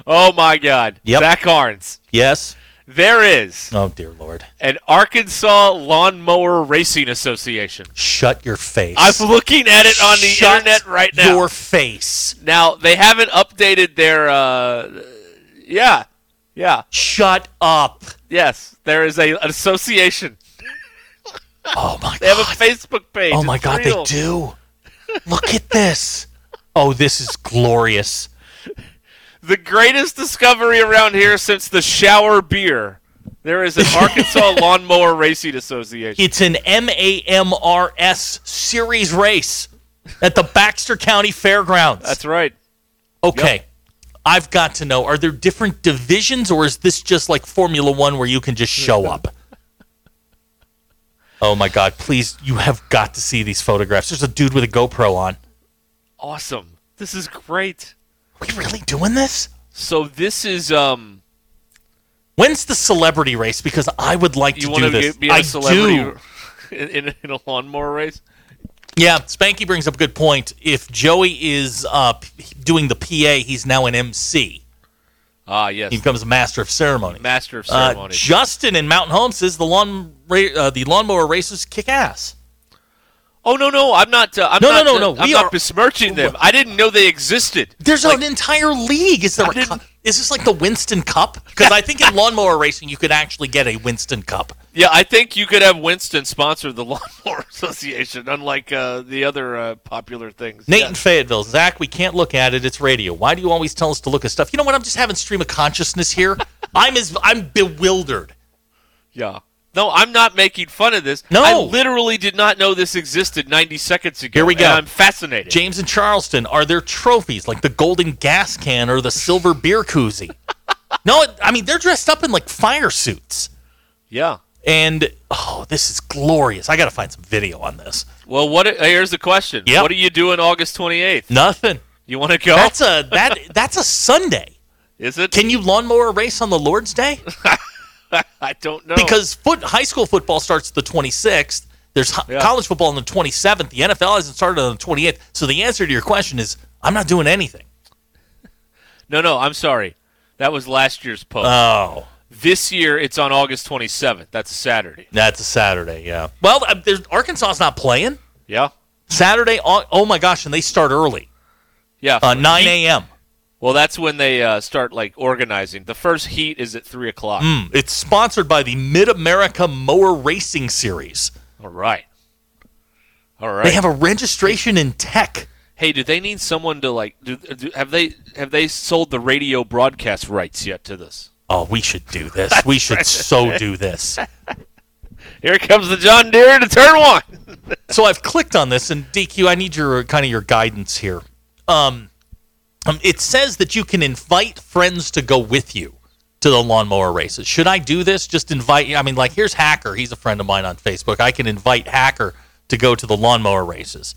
D: Oh, my God.
E: Yep.
D: Zach Arns.
E: Yes.
D: There is
E: Oh dear lord.
D: an Arkansas Lawnmower Racing Association.
E: Shut your face.
D: I'm looking at it on the
E: Shut
D: internet right now.
E: Your face.
D: Now, they haven't updated their. Uh, yeah. Yeah.
E: Shut up.
D: Yes, there is a an association.
E: oh my
D: They have a Facebook page.
E: Oh my
D: It's
E: god,
D: real.
E: they do. Look at this. Oh, this is glorious.
D: The greatest discovery around here since the shower beer. There is an Arkansas Lawnmower Racing Association.
E: It's an MAMRS series race at the Baxter County Fairgrounds. That's
D: right.
E: Okay. I've got to know are there different divisions or is this just like Formula 1 where you can just show up? oh my god, please you have got to see these photographs. There's a dude with a GoPro on.
D: Awesome. This is great.
E: We really doing this?
D: So this is um
E: When's the celebrity race because I would like
D: you
E: to do
D: want to
E: this.
D: get, be a
E: I
D: celebrity
E: do.
D: In, in, in a lawnmower race?
E: Yeah, Spanky brings up a good point. If Joey is uh, p- doing the PA, he's now an MC.
D: Ah, yes.
E: He becomes a master of ceremony.
D: Master of
E: Uh,
D: ceremony.
E: Justin in Mountain Home says the lawn ra- uh, the lawnmower racers kick ass.
D: oh no no, I'm not uh, I'm
E: No, no,
D: not
E: no,
D: uh,
E: no,
D: I'm
E: we
D: not
E: are- Oh.
D: besmirching them. I didn't know they existed.
E: There's an entire league. Is there? A cup? Is this like the Winston Cup? Because I think in lawnmower racing you could actually get a Winston Cup.
D: Yeah, I think you could have Winston sponsor the Lawnmower Association, unlike uh, the other uh, popular things.
E: Nate in Fayetteville, Zach, we can't look at it. It's radio. Why do you always tell us to look at stuff? You know what? I'm just having stream of consciousness here. I'm as I'm bewildered.
D: Yeah. No, I'm not making fun of this.
E: No.
D: I literally did not know this existed 90 seconds ago.
E: Here we go.
D: and I'm fascinated.
E: James in Charleston, are there trophies like the golden gas can or the silver beer koozie? no, it- I mean they're dressed up in like fire suits.
D: Yeah.
E: And oh, this is glorious. I got to find some video on this.
D: Well, what? here's the question.
E: Yep.
D: What are you doing August 28th?
E: Nothing. Oh.
D: You want to go?
E: That's a that that's a Sunday.
D: Is it?
E: Can you lawnmower race on the Lord's Day?
D: I don't know.
E: Because foot high school football starts the 26th. There's ho- college football on the 27th. The NFL hasn't started on the 28th. So the answer to your question is I'm not doing anything.
D: No, no, I'm sorry. That was last year's post.
E: Oh.
D: This year, it's on August 27th. That's a Saturday.
E: That's a Saturday, yeah. Well, uh, there's, Arkansas's not playing.
D: Yeah.
E: Saturday, oh, oh my gosh, and they start early.
D: Yeah.
E: Uh, 9 a.m.
D: Well, that's when they uh, start like organizing. The first heat is at three o'clock.
E: Mm, it's sponsored by the Mid America Mower Racing Series.
D: All right. All right.
E: They have a registration in tech.
D: hey, do they need someone to like? Do, do, have they have they sold the radio broadcast rights yet to this?
E: Oh, we should do this. We should so do this.
D: Here comes the John Deere to turn one.
E: so I've clicked on this, and DQ, I need your kind of your guidance here. Um, um, it says that you can invite friends to go with you to the lawnmower races. Should I do this? Just invite? I mean, like here's Hacker. He's a friend of mine on Facebook. I can invite Hacker to go to the lawnmower races.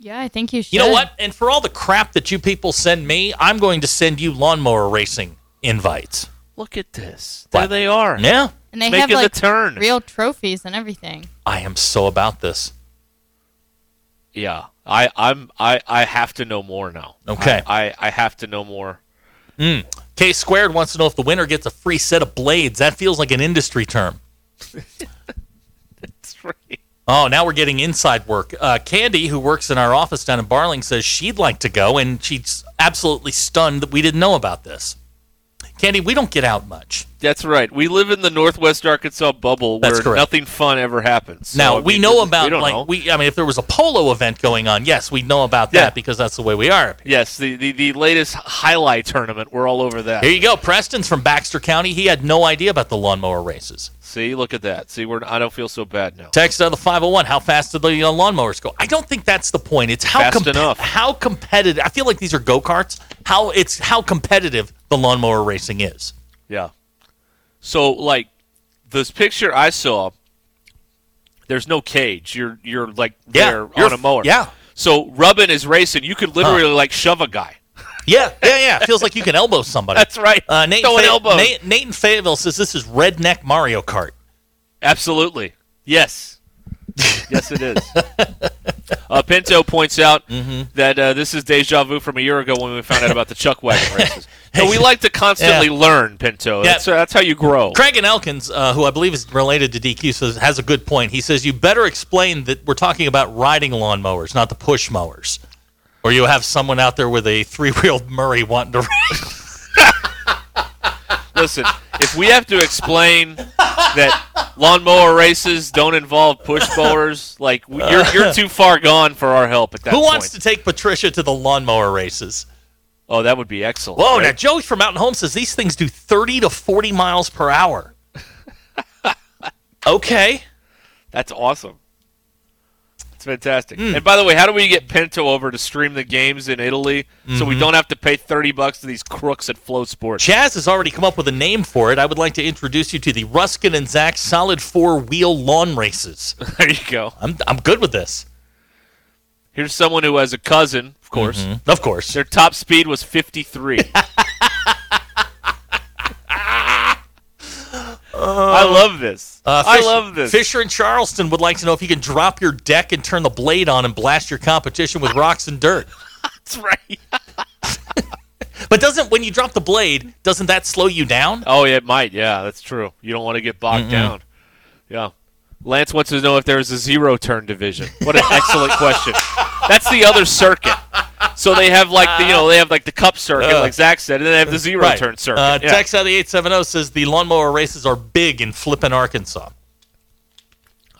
I: Yeah, I think you should.
E: You know what? And for all the crap that you people send me, I'm going to send you lawnmower racing invites.
D: Look at this. There they are.
E: Yeah,
I: And they have
D: Making the
I: like
D: turn.
I: real trophies and everything.
E: I am so about this.
D: Yeah, I I'm I I have to know more now.
E: Okay.
D: I I, I have to know more.
E: Mm. K squared wants to know if the winner gets a free set of blades. That feels like an industry term.
D: That's right.
E: Oh, now we're getting inside work. Uh, Candy, who works in our office down in Barling, says she'd like to go, and she's absolutely stunned that we didn't know about this. Candy, we don't get out much.
D: That's right. We live in the Northwest Arkansas bubble
E: That's
D: where
E: correct.
D: nothing fun ever happens. So,
E: now
D: I
E: we
D: mean,
E: know
D: this-
E: about
D: we don't
E: like
D: know.
E: we. I mean, if there was a polo event going on, yes, we'd know about
D: Yeah.
E: that because that's the way we are.
D: Yes, the, the, the latest highlight tournament. We're all over that.
E: Here you go, Preston's from Baxter County. He had no idea about the lawnmower races.
D: See, look at that. See, we're I don't feel so bad now.
E: Text on the 501. How fast do the uh, lawnmowers go? I don't think that's the point. It's how
D: Fast
E: compe-
D: enough.
E: how competitive. I feel like these are go karts. How it's how competitive the lawnmower racing is.
D: Yeah. So like this picture I saw, there's no cage. You're you're like
E: Yeah,
D: there
E: you're
D: on a
E: f-
D: mower.
E: yeah.
D: So Rubbin is racing. You could literally like shove a guy.
E: Yeah, yeah, yeah. It feels like you can elbow somebody.
D: That's right.
E: Uh, Nate,
D: Throw an
E: Fay-
D: elbow.
E: Nate, Nate in Fayetteville says this is redneck Mario Kart.
D: Absolutely. Yes. yes, it is. Uh, Pinto points out
E: Mm-hmm.
D: that uh, this is deja vu from a year ago when we found out about the chuck wagon races. So we like to constantly
E: Yeah.
D: learn, Pinto.
E: Yeah.
D: That's, that's how you grow.
E: Craig and Elkins, uh, who I believe is related to DQ, says has a good point. He says you better explain that we're talking about riding lawnmowers, not the push mowers, or you have someone out there with a three wheeled Murray wanting to.
D: Listen, if we have to explain that lawnmower races don't involve push mowers, like w- you're, you're too far gone for our help at that
E: Uh. Who
D: point.
E: wants to take Patricia to the lawnmower races?
D: Oh, that would be excellent.
E: Whoa,
D: right?
E: now Joey from Mountain Home says these things do 30 to 40 miles per hour. okay.
D: That's awesome. It's fantastic.
E: Hmm.
D: And by the way, how do we get Pinto over to stream the games in Italy so we
E: Mhm.
D: don't have to pay thirty bucks to these crooks at Flow Sports?
E: Jazz has already come up with a name for it. I would like to introduce you to the Ruskin and Zach Solid Four Wheel Lawn Races.
D: There you go.
E: I'm, I'm good with this.
D: Here's someone who has a cousin, of course.
E: Mhm. Of course.
D: Their top speed was 53. I love this.
E: Uh,
D: I
E: Fish-
D: love this.
E: Fisher in Charleston would like to know if you can drop your deck and turn the blade on and blast your competition with rocks and dirt.
D: That's right.
E: But doesn't when you drop the blade, doesn't that slow you down?
D: Oh, yeah, it might. Yeah, that's true. You don't want to get bogged
E: Mm-mm.
D: down. Yeah. Lance wants to know if there is a zero turn division. What an excellent question. That's the other circuit. So they have like the you know they have like the cup circuit,
E: Uh.
D: like Zach said, and then they have the zero
E: Right.
D: turn circuit.
E: Uh,
D: Yeah.
E: Text out of the 870 says the lawnmower races are big in flippin' Arkansas.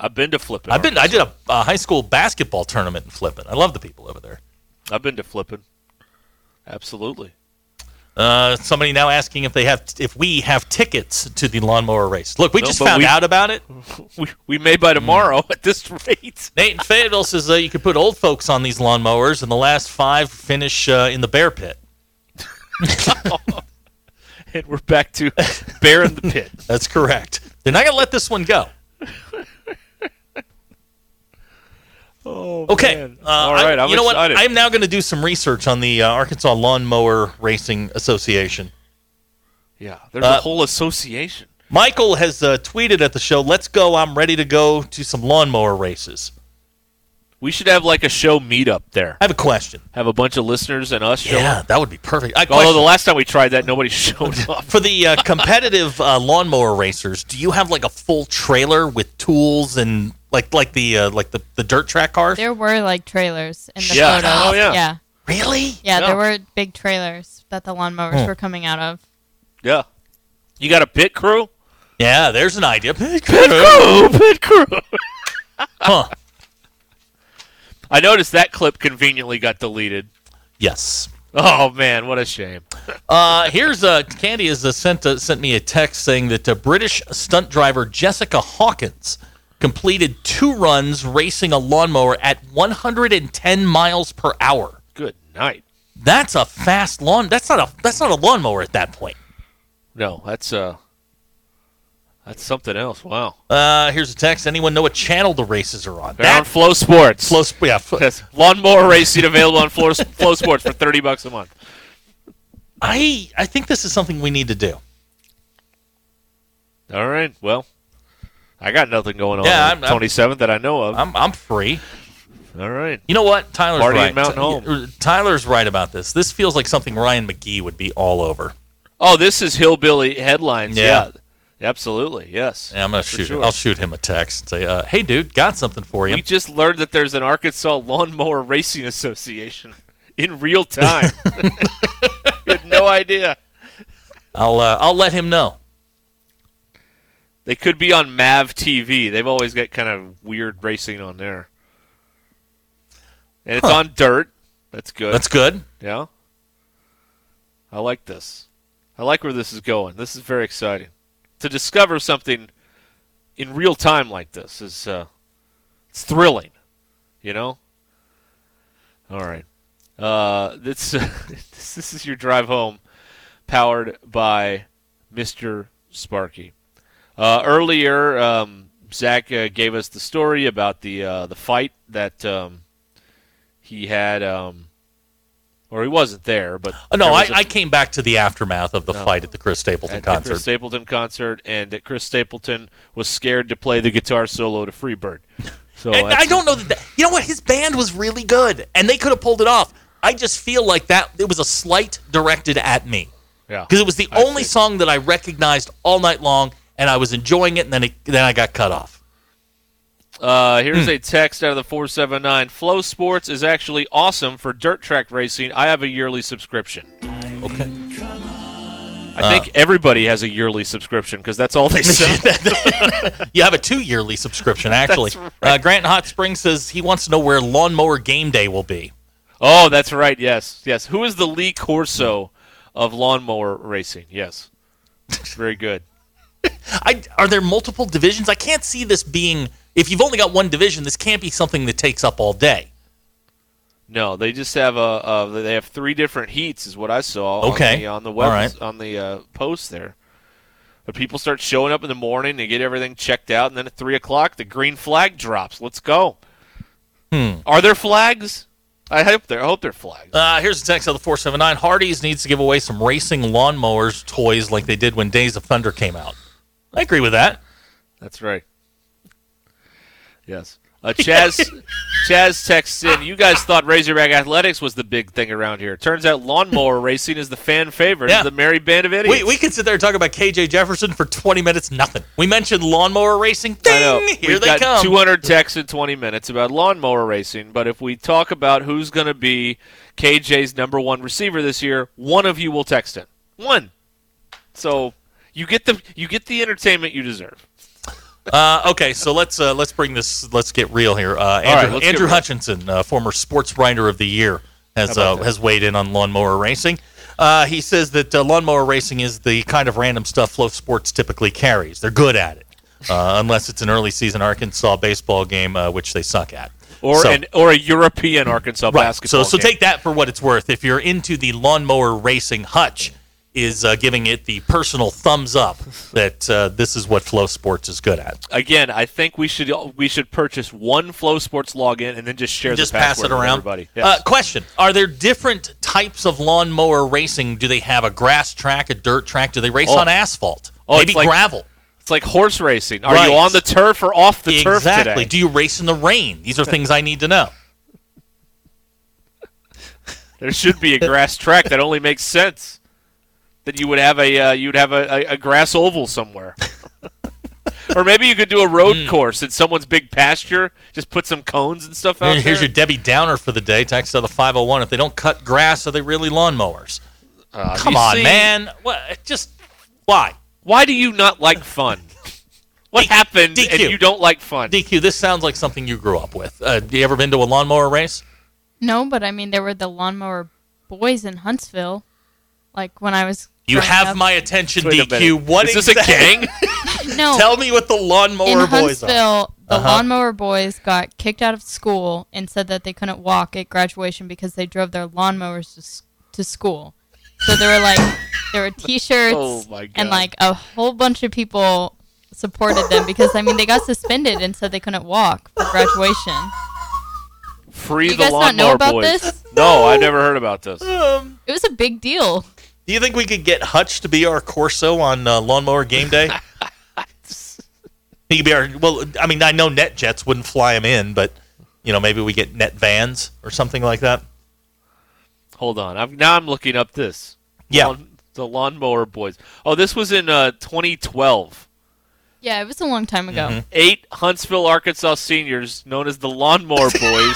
D: I've been to flipping.
E: I've been. I did a, a high school basketball tournament in flippin'. I love the people over there.
D: I've been to flipping. Absolutely.
E: Uh, somebody now asking if they have if we have tickets to the lawnmower race. Look, we
D: No,
E: just
D: but
E: found
D: we-
E: out about it.
D: We, we may by tomorrow at this rate.
E: Nate in Fayetteville says uh, you could put old folks on these lawnmowers, and the last five finish uh, in the bear pit.
D: and we're back to bear in the pit.
E: That's correct. They're not going to let this one go.
D: Oh,
E: Okay.
D: man.
E: Uh,
D: All right.
E: I,
D: I'm
E: you know what?
D: excited.
E: I'm now going to do some research on the uh, Arkansas Lawnmower Racing Association.
D: yeah. There's a
E: uh,
D: whole association.
E: Michael has uh, tweeted at the show, "Let's go! I'm ready to go to some lawnmower races."
D: We should have like a show meetup there.
E: I have a question.
D: Have a bunch of listeners and us. Show
E: Yeah,
D: up.
E: that would be perfect. I,
D: Although
E: question-
D: the last time we tried that, nobody showed up.
E: for the uh, competitive uh, lawnmower racers, do you have like a full trailer with tools and like like the uh, like the, the dirt track cars?
I: There were like trailers in the
E: Yeah.
I: photos.
E: Oh, yeah.
I: Yeah.
E: Really?
I: Yeah,
D: Yeah.
I: there were big trailers that the lawnmowers
E: Hmm.
I: were coming out of.
D: Yeah. You got a pit crew?
E: Yeah, there's an idea. Pit
D: pit crew.
E: Huh.
D: I noticed that clip conveniently got deleted.
E: Yes.
D: Oh man, what a shame.
E: Uh, here's uh, Candy has uh, sent uh, sent me a text saying that uh, British stunt driver Jessica Hawkins completed two runs racing a lawnmower at 110 miles per hour.
D: Good night.
E: That's a fast lawn. That's not a that's not a lawnmower at that point.
D: No, that's uh that's something else. Wow.
E: Uh, here's a text. Anyone know what channel the races are on?
D: They're on Flow Sports.
E: Flow, Sp- yeah, Flo-
D: Yes. Lawnmower racing available on Flow, Flow Sports for thirty bucks a month.
E: I I think this is something we need to do.
D: All right. Well, I got nothing going on.
E: Yeah, I'm- I'm-
D: twenty seventh that I know of.
E: I'm I'm free.
D: All right.
E: You know what? Tyler's
D: Party
E: right.
D: at Mountain Home.
E: Tyler's right about this. This feels like something Ryan McGee would be all over.
D: Oh, this is hillbilly headlines.
E: Yeah.
D: Yeah. Absolutely. Yes.
E: Yeah, I'm gonna
D: For
E: shoot.
D: sure.
E: I'll shoot him a text and say, uh, "Hey, dude, got something for you."
D: We just learned that there's an Arkansas Lawnmower Racing Association in real time. we had no idea.
E: I'll uh, I'll let him know.
D: They could be on Mav TV. They've always got kind of weird racing on there. And it's on dirt. That's good.
E: That's good.
D: Yeah. I like this. I like where this is going. This is very exciting. To discover something in real time like this is uh, it's thrilling, you know? All right. Uh, this, this this is your drive home powered by Mr. Sparky. Uh, earlier, um, Zach uh, gave us the story about the uh, the fight that um, he had, um, or he wasn't there, but
E: Uh, no,
D: there
E: I
D: was a-
E: I came back to the aftermath of the fight at the Chris Stapleton
D: at the
E: concert.
D: Chris Stapleton concert, and that Chris Stapleton was scared to play the guitar solo to Freebird. So
E: and
D: that's-
E: I don't know that, that. You know what? His band was really good, and they could have pulled it off. I just feel like that it was a slight directed at me
D: yeah,
E: because it was the
D: I
E: only
D: see.
E: song that I recognized all night long, and I was enjoying it. And then it, then I got cut off.
D: Uh, here's a text out of the 479. Flow Sports is actually awesome for dirt track racing. I have a yearly subscription.
E: Okay.
D: I think everybody has a yearly subscription because that's all they sell.
E: you have a two yearly subscription, actually.
D: That's
E: uh, Grant in Hot Springs says he wants to know where Lawnmower Game Day will be.
D: oh, that's right. Yes, yes. Who is the Lee Corso of lawnmower racing? Yes, very good.
E: I, are there multiple divisions? I can't see this being. If you've only got one division, this can't be something that takes up all day.
D: No, they just have a. Uh, they have three different heats, is what I saw. On
E: Okay.
D: the, on the
E: All
D: web
E: right.
D: on the uh, post there, but people start showing up in the morning. They get everything checked out, and then at three o'clock, the green flag drops. Let's go.
E: Hmm.
D: Are there flags? I hope there. I hope there are flags.
E: Uh, here's a text of the 479. Hardee's needs to give away some racing lawnmowers toys like they did when Days of Thunder came out. I agree with that.
D: That's right. Yes. Uh, Chaz, Chaz texts in. You guys thought Razorback Athletics was the big thing around here. Turns out lawnmower racing is the fan favorite. of
E: Yeah.
D: The merry band of idiots.
E: We, we could sit there and talk about KJ Jefferson for 20 minutes, nothing. We mentioned lawnmower racing. Ding!
D: I know.
E: Here
D: We've
E: they
D: got
E: come.
D: 200 texts in 20 minutes about lawnmower racing, but if we talk about who's going to be KJ's number one receiver this year, one of you will text in. One. So you get the you get the entertainment you deserve.
E: Uh, okay, so let's uh, let's bring this. Let's get real here. Uh,
D: right,
E: Andrew,
D: let's get
E: Andrew
D: real.
E: Hutchinson, uh, former sports writer of the year,
D: How
E: has
D: about
E: uh,
D: that?
E: has weighed in on lawnmower racing. Uh, he says that uh, lawnmower racing is the kind of random stuff Flow Sports typically carries. They're good at it, uh, unless it's an early season Arkansas baseball game, uh, which they suck at.
D: Or
E: So-
D: an or a European Arkansas
E: Right.
D: basketball.
E: So, so
D: game.
E: take that for what it's worth. If you're into the lawnmower racing, Hutch is uh, giving it the personal thumbs up that uh, this is what Flow Sports is good at.
D: Again, I think we should we should purchase one Flow Sports login and then just share
E: Just
D: the
E: pass
D: password
E: it around.
D: with everybody.
E: Uh, question: Are there different types of lawnmower racing? Do they have a grass track, a dirt track? Do they race
D: Oh.
E: on asphalt?
D: Oh,
E: Maybe
D: it's like-
E: gravel.
D: It's like horse racing. Are
E: Right.
D: you on the turf or off the turf today?
E: exactly. Do you race in the rain? These are things I need to know.
D: There should be a grass track that only makes sense. That you would have a uh, you'd have a, a, a grass oval somewhere, or maybe you could do a road
E: Hmm.
D: course in someone's big pasture. Just put some cones and stuff out
E: Here's
D: there.
E: your Debbie Downer for the day. Text to the 501. If they don't cut grass, are they really lawnmowers?
D: Uh,
E: Come
D: you
E: on,
D: see-
E: man. What? Just why?
D: Why do you not like fun? What happened?
E: DQ.
D: And you don't like fun.
E: DQ, this sounds like something you grew up with. Uh, you ever been to a lawnmower race?
I: No, but I mean, there were the lawnmower boys in Huntsville. Like when I was.
E: You
I: growing
E: have
I: up.
E: my attention,
D: Wait a
E: DQ.
D: minute.
E: What
D: Is this a
E: exact-
D: gang?
I: No.
E: Tell me what the lawnmower
I: in
E: boys are.
I: Huntsville, the
E: Uh-huh.
I: lawnmower boys got kicked out of school and said that they couldn't walk at graduation because they drove their lawnmowers to, s- to school. So there were like there were T-shirts
D: Oh, my God.
I: and like a whole bunch of people supported them because I mean they got suspended and said they couldn't walk for graduation.
D: Free
I: You
D: the
I: guys
D: lawnmower
I: not know about
D: boys.
I: this?
D: No, I've never heard about this.
E: Um,
I: It was a big deal.
E: do you think we could get Hutch to be our Corso on uh, Lawnmower Game Day? he could be our. Well, I mean, I know NetJets wouldn't fly him in, but you know, maybe we get Net Vans or something like that.
D: Hold on. I'm, now I'm looking up this.
E: Yeah.
D: Lawn- the lawnmower boys. Oh, this was in uh, 2012.
I: Yeah, it was a long time ago.
E: Mm-hmm.
D: eight Huntsville, Arkansas seniors, known as the Lawnmower Boys,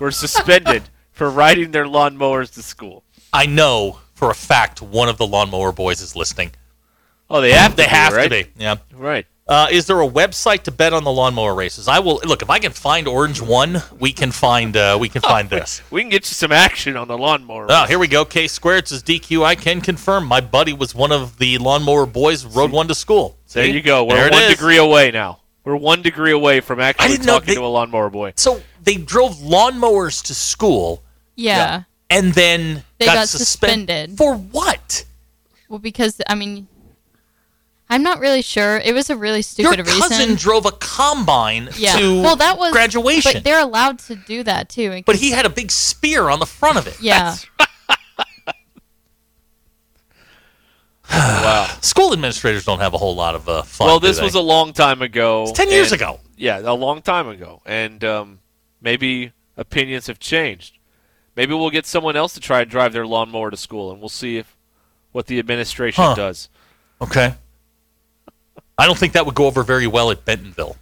D: were suspended for riding their lawnmowers to school.
E: I know for a fact one of the lawnmower boys is listening.
D: Oh, they have to
E: They
D: be,
E: have
D: right?
E: to be. Yeah.
D: Right.
E: Uh, is there a website to bet on the lawnmower races? I will look if I can find Orange One. We can find. Uh, we can
D: Oh,
E: find this.
D: We can get you some action on the lawnmower.
E: Oh, here we go. K squared says DQ. I can confirm. My buddy was one of the lawnmower boys. Rode one to school.
D: there
E: See?
D: you go. We're
E: There it
D: one
E: is.
D: degree away now. We're one degree away from
E: I
D: actually
E: didn't know
D: talking
E: they-
D: to a lawnmower boy.
E: So they drove lawnmowers to school
I: Yeah.
E: and then
I: They got
E: suspend-
I: suspended.
E: for what?
I: Well, because I mean, I'm not really sure. It was a really
E: Your
I: stupid
E: cousin
I: reason.
E: drove a combine
I: yeah.
E: to
I: well, that was
E: graduation,
I: But they're allowed to do that too. in
E: But
I: case-
E: he had a big spear on the front of it.
I: Yeah.
E: Ah.
D: Wow.
E: School administrators don't have a whole lot of uh, fun.
D: well,
E: do
D: this
E: they?
D: was a long time ago.
E: It's 10 years
D: and-
E: ago.
D: Yeah, a long time ago. And um, maybe opinions have changed. Maybe we'll get someone else to try and drive their lawnmower to school, and we'll see if what the administration
E: Huh.
D: does.
E: okay. I don't think that would go over very well at Bentonville.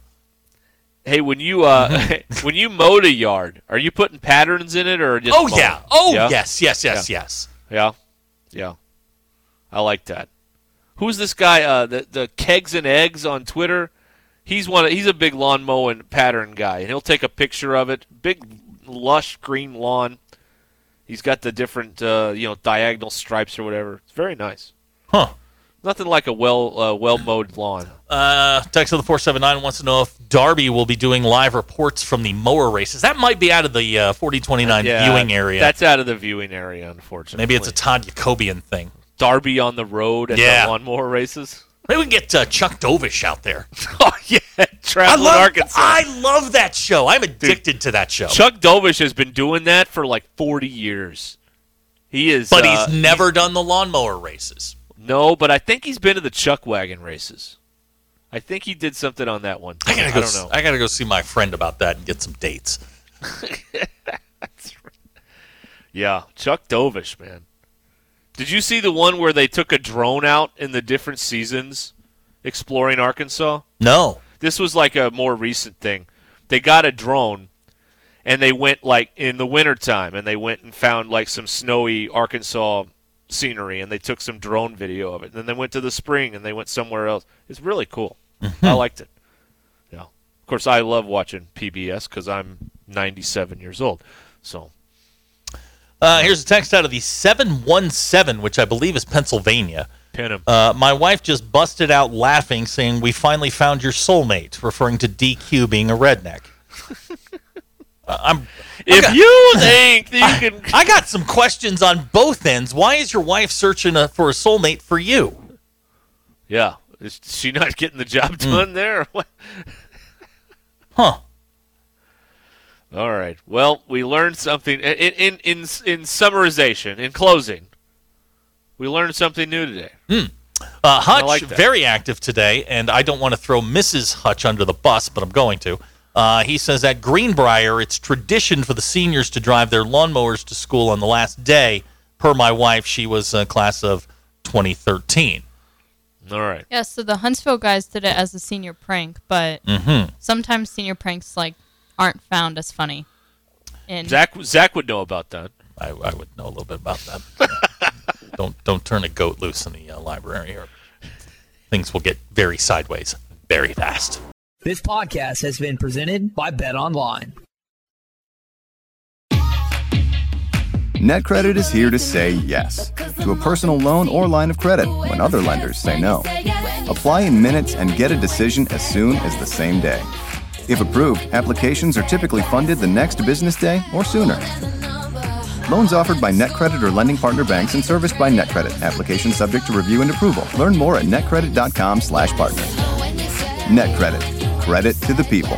D: Hey, when you uh, when you mowed a yard, are you putting patterns in it or just?
E: Oh
D: mowing?
E: yeah. Oh
D: yeah?
E: yes. Yes. Yes. Yes.
D: yeah, yeah. I like that. Who's this guy? Uh, the the kegs and eggs on Twitter. He's one. Of, he's a big lawn mowing pattern guy, and he'll take a picture of it. Big lush green lawn. He's got the different uh, you know diagonal stripes or whatever. It's very nice.
E: Huh.
D: Nothing like a well uh, well mowed lawn.
E: Uh, text of the 479 wants to know if Darby will be doing live reports from the mower races. That might be out of the uh, 4029
D: Yeah,
E: viewing area.
D: That's out of the viewing area, unfortunately.
E: Maybe it's a Todd Jacobian thing.
D: Darby on the road at
E: Yeah.
D: the lawnmower races.
E: Maybe we can get uh, Chuck Dovish out there.
D: oh, yeah. Traveling
E: I love,
D: Arkansas.
E: I love that show. I'm addicted to that show.
D: Chuck Dovish has been doing that for like 40 years. He is.
E: But
D: uh,
E: he's never done the lawnmower races.
D: No, but I think he's been to the Chuck Wagon races. I think he did something on that one.
E: I gotta go.
D: I don't know.
E: I gotta go see my friend about that and get some dates.
D: Yeah, Chuck Dovish, man. Did you see the one where they took a drone out in the different seasons exploring Arkansas?
E: No.
D: This was like a more recent thing. They got a drone and they went like in the wintertime and they went and found like some snowy Arkansas scenery and they took some drone video of it. And then they went to the spring and they went somewhere else. It's really cool. I liked it. Yeah. Of course, I love watching PBS because I'm 97 years old. So.
E: Uh, here's a text out of the 717, which I believe is Pennsylvania.
D: Pin 'em.
E: Uh, my wife just busted out laughing, saying, We finally found your soulmate, referring to DQ being a redneck. Uh, I'm,
D: If you think that you can.
E: I got some questions on both ends. Why is your wife searching uh for a soulmate for you?
D: Yeah. Is she not getting the job done there? What?
E: Huh.
D: All right. Well, we learned something in in in in summarization, in closing. We learned something new today.
E: Uh, Hutch,
D: like that.
E: very active today, and I don't want to throw Mrs. Hutch under the bus, but I'm going to. Uh, he says at Greenbrier, it's tradition for the seniors to drive their lawnmowers to school on the last day. Per my wife, she was a class of 2013.
D: All right.
I: Yeah, so the Huntsville guys did it as a senior prank, but
E: Mhm.
I: sometimes senior pranks like aren't found as funny. And
D: Zach Zach would know about that.
E: I, I would know a little bit about that. don't don't turn a goat loose in the uh, library, or things will get very sideways very fast.
K: This podcast has been presented by Bet Online.
M: NetCredit is here to say yes to a personal loan or line of credit when other lenders say no. Apply in minutes and get a decision as soon as the same day. If approved, applications are typically funded the next business day or sooner. Loans offered by NetCredit or lending partner banks and serviced by NetCredit. Application subject to review and approval. Learn more at netcredit.com/partner. NetCredit. Credit to the people.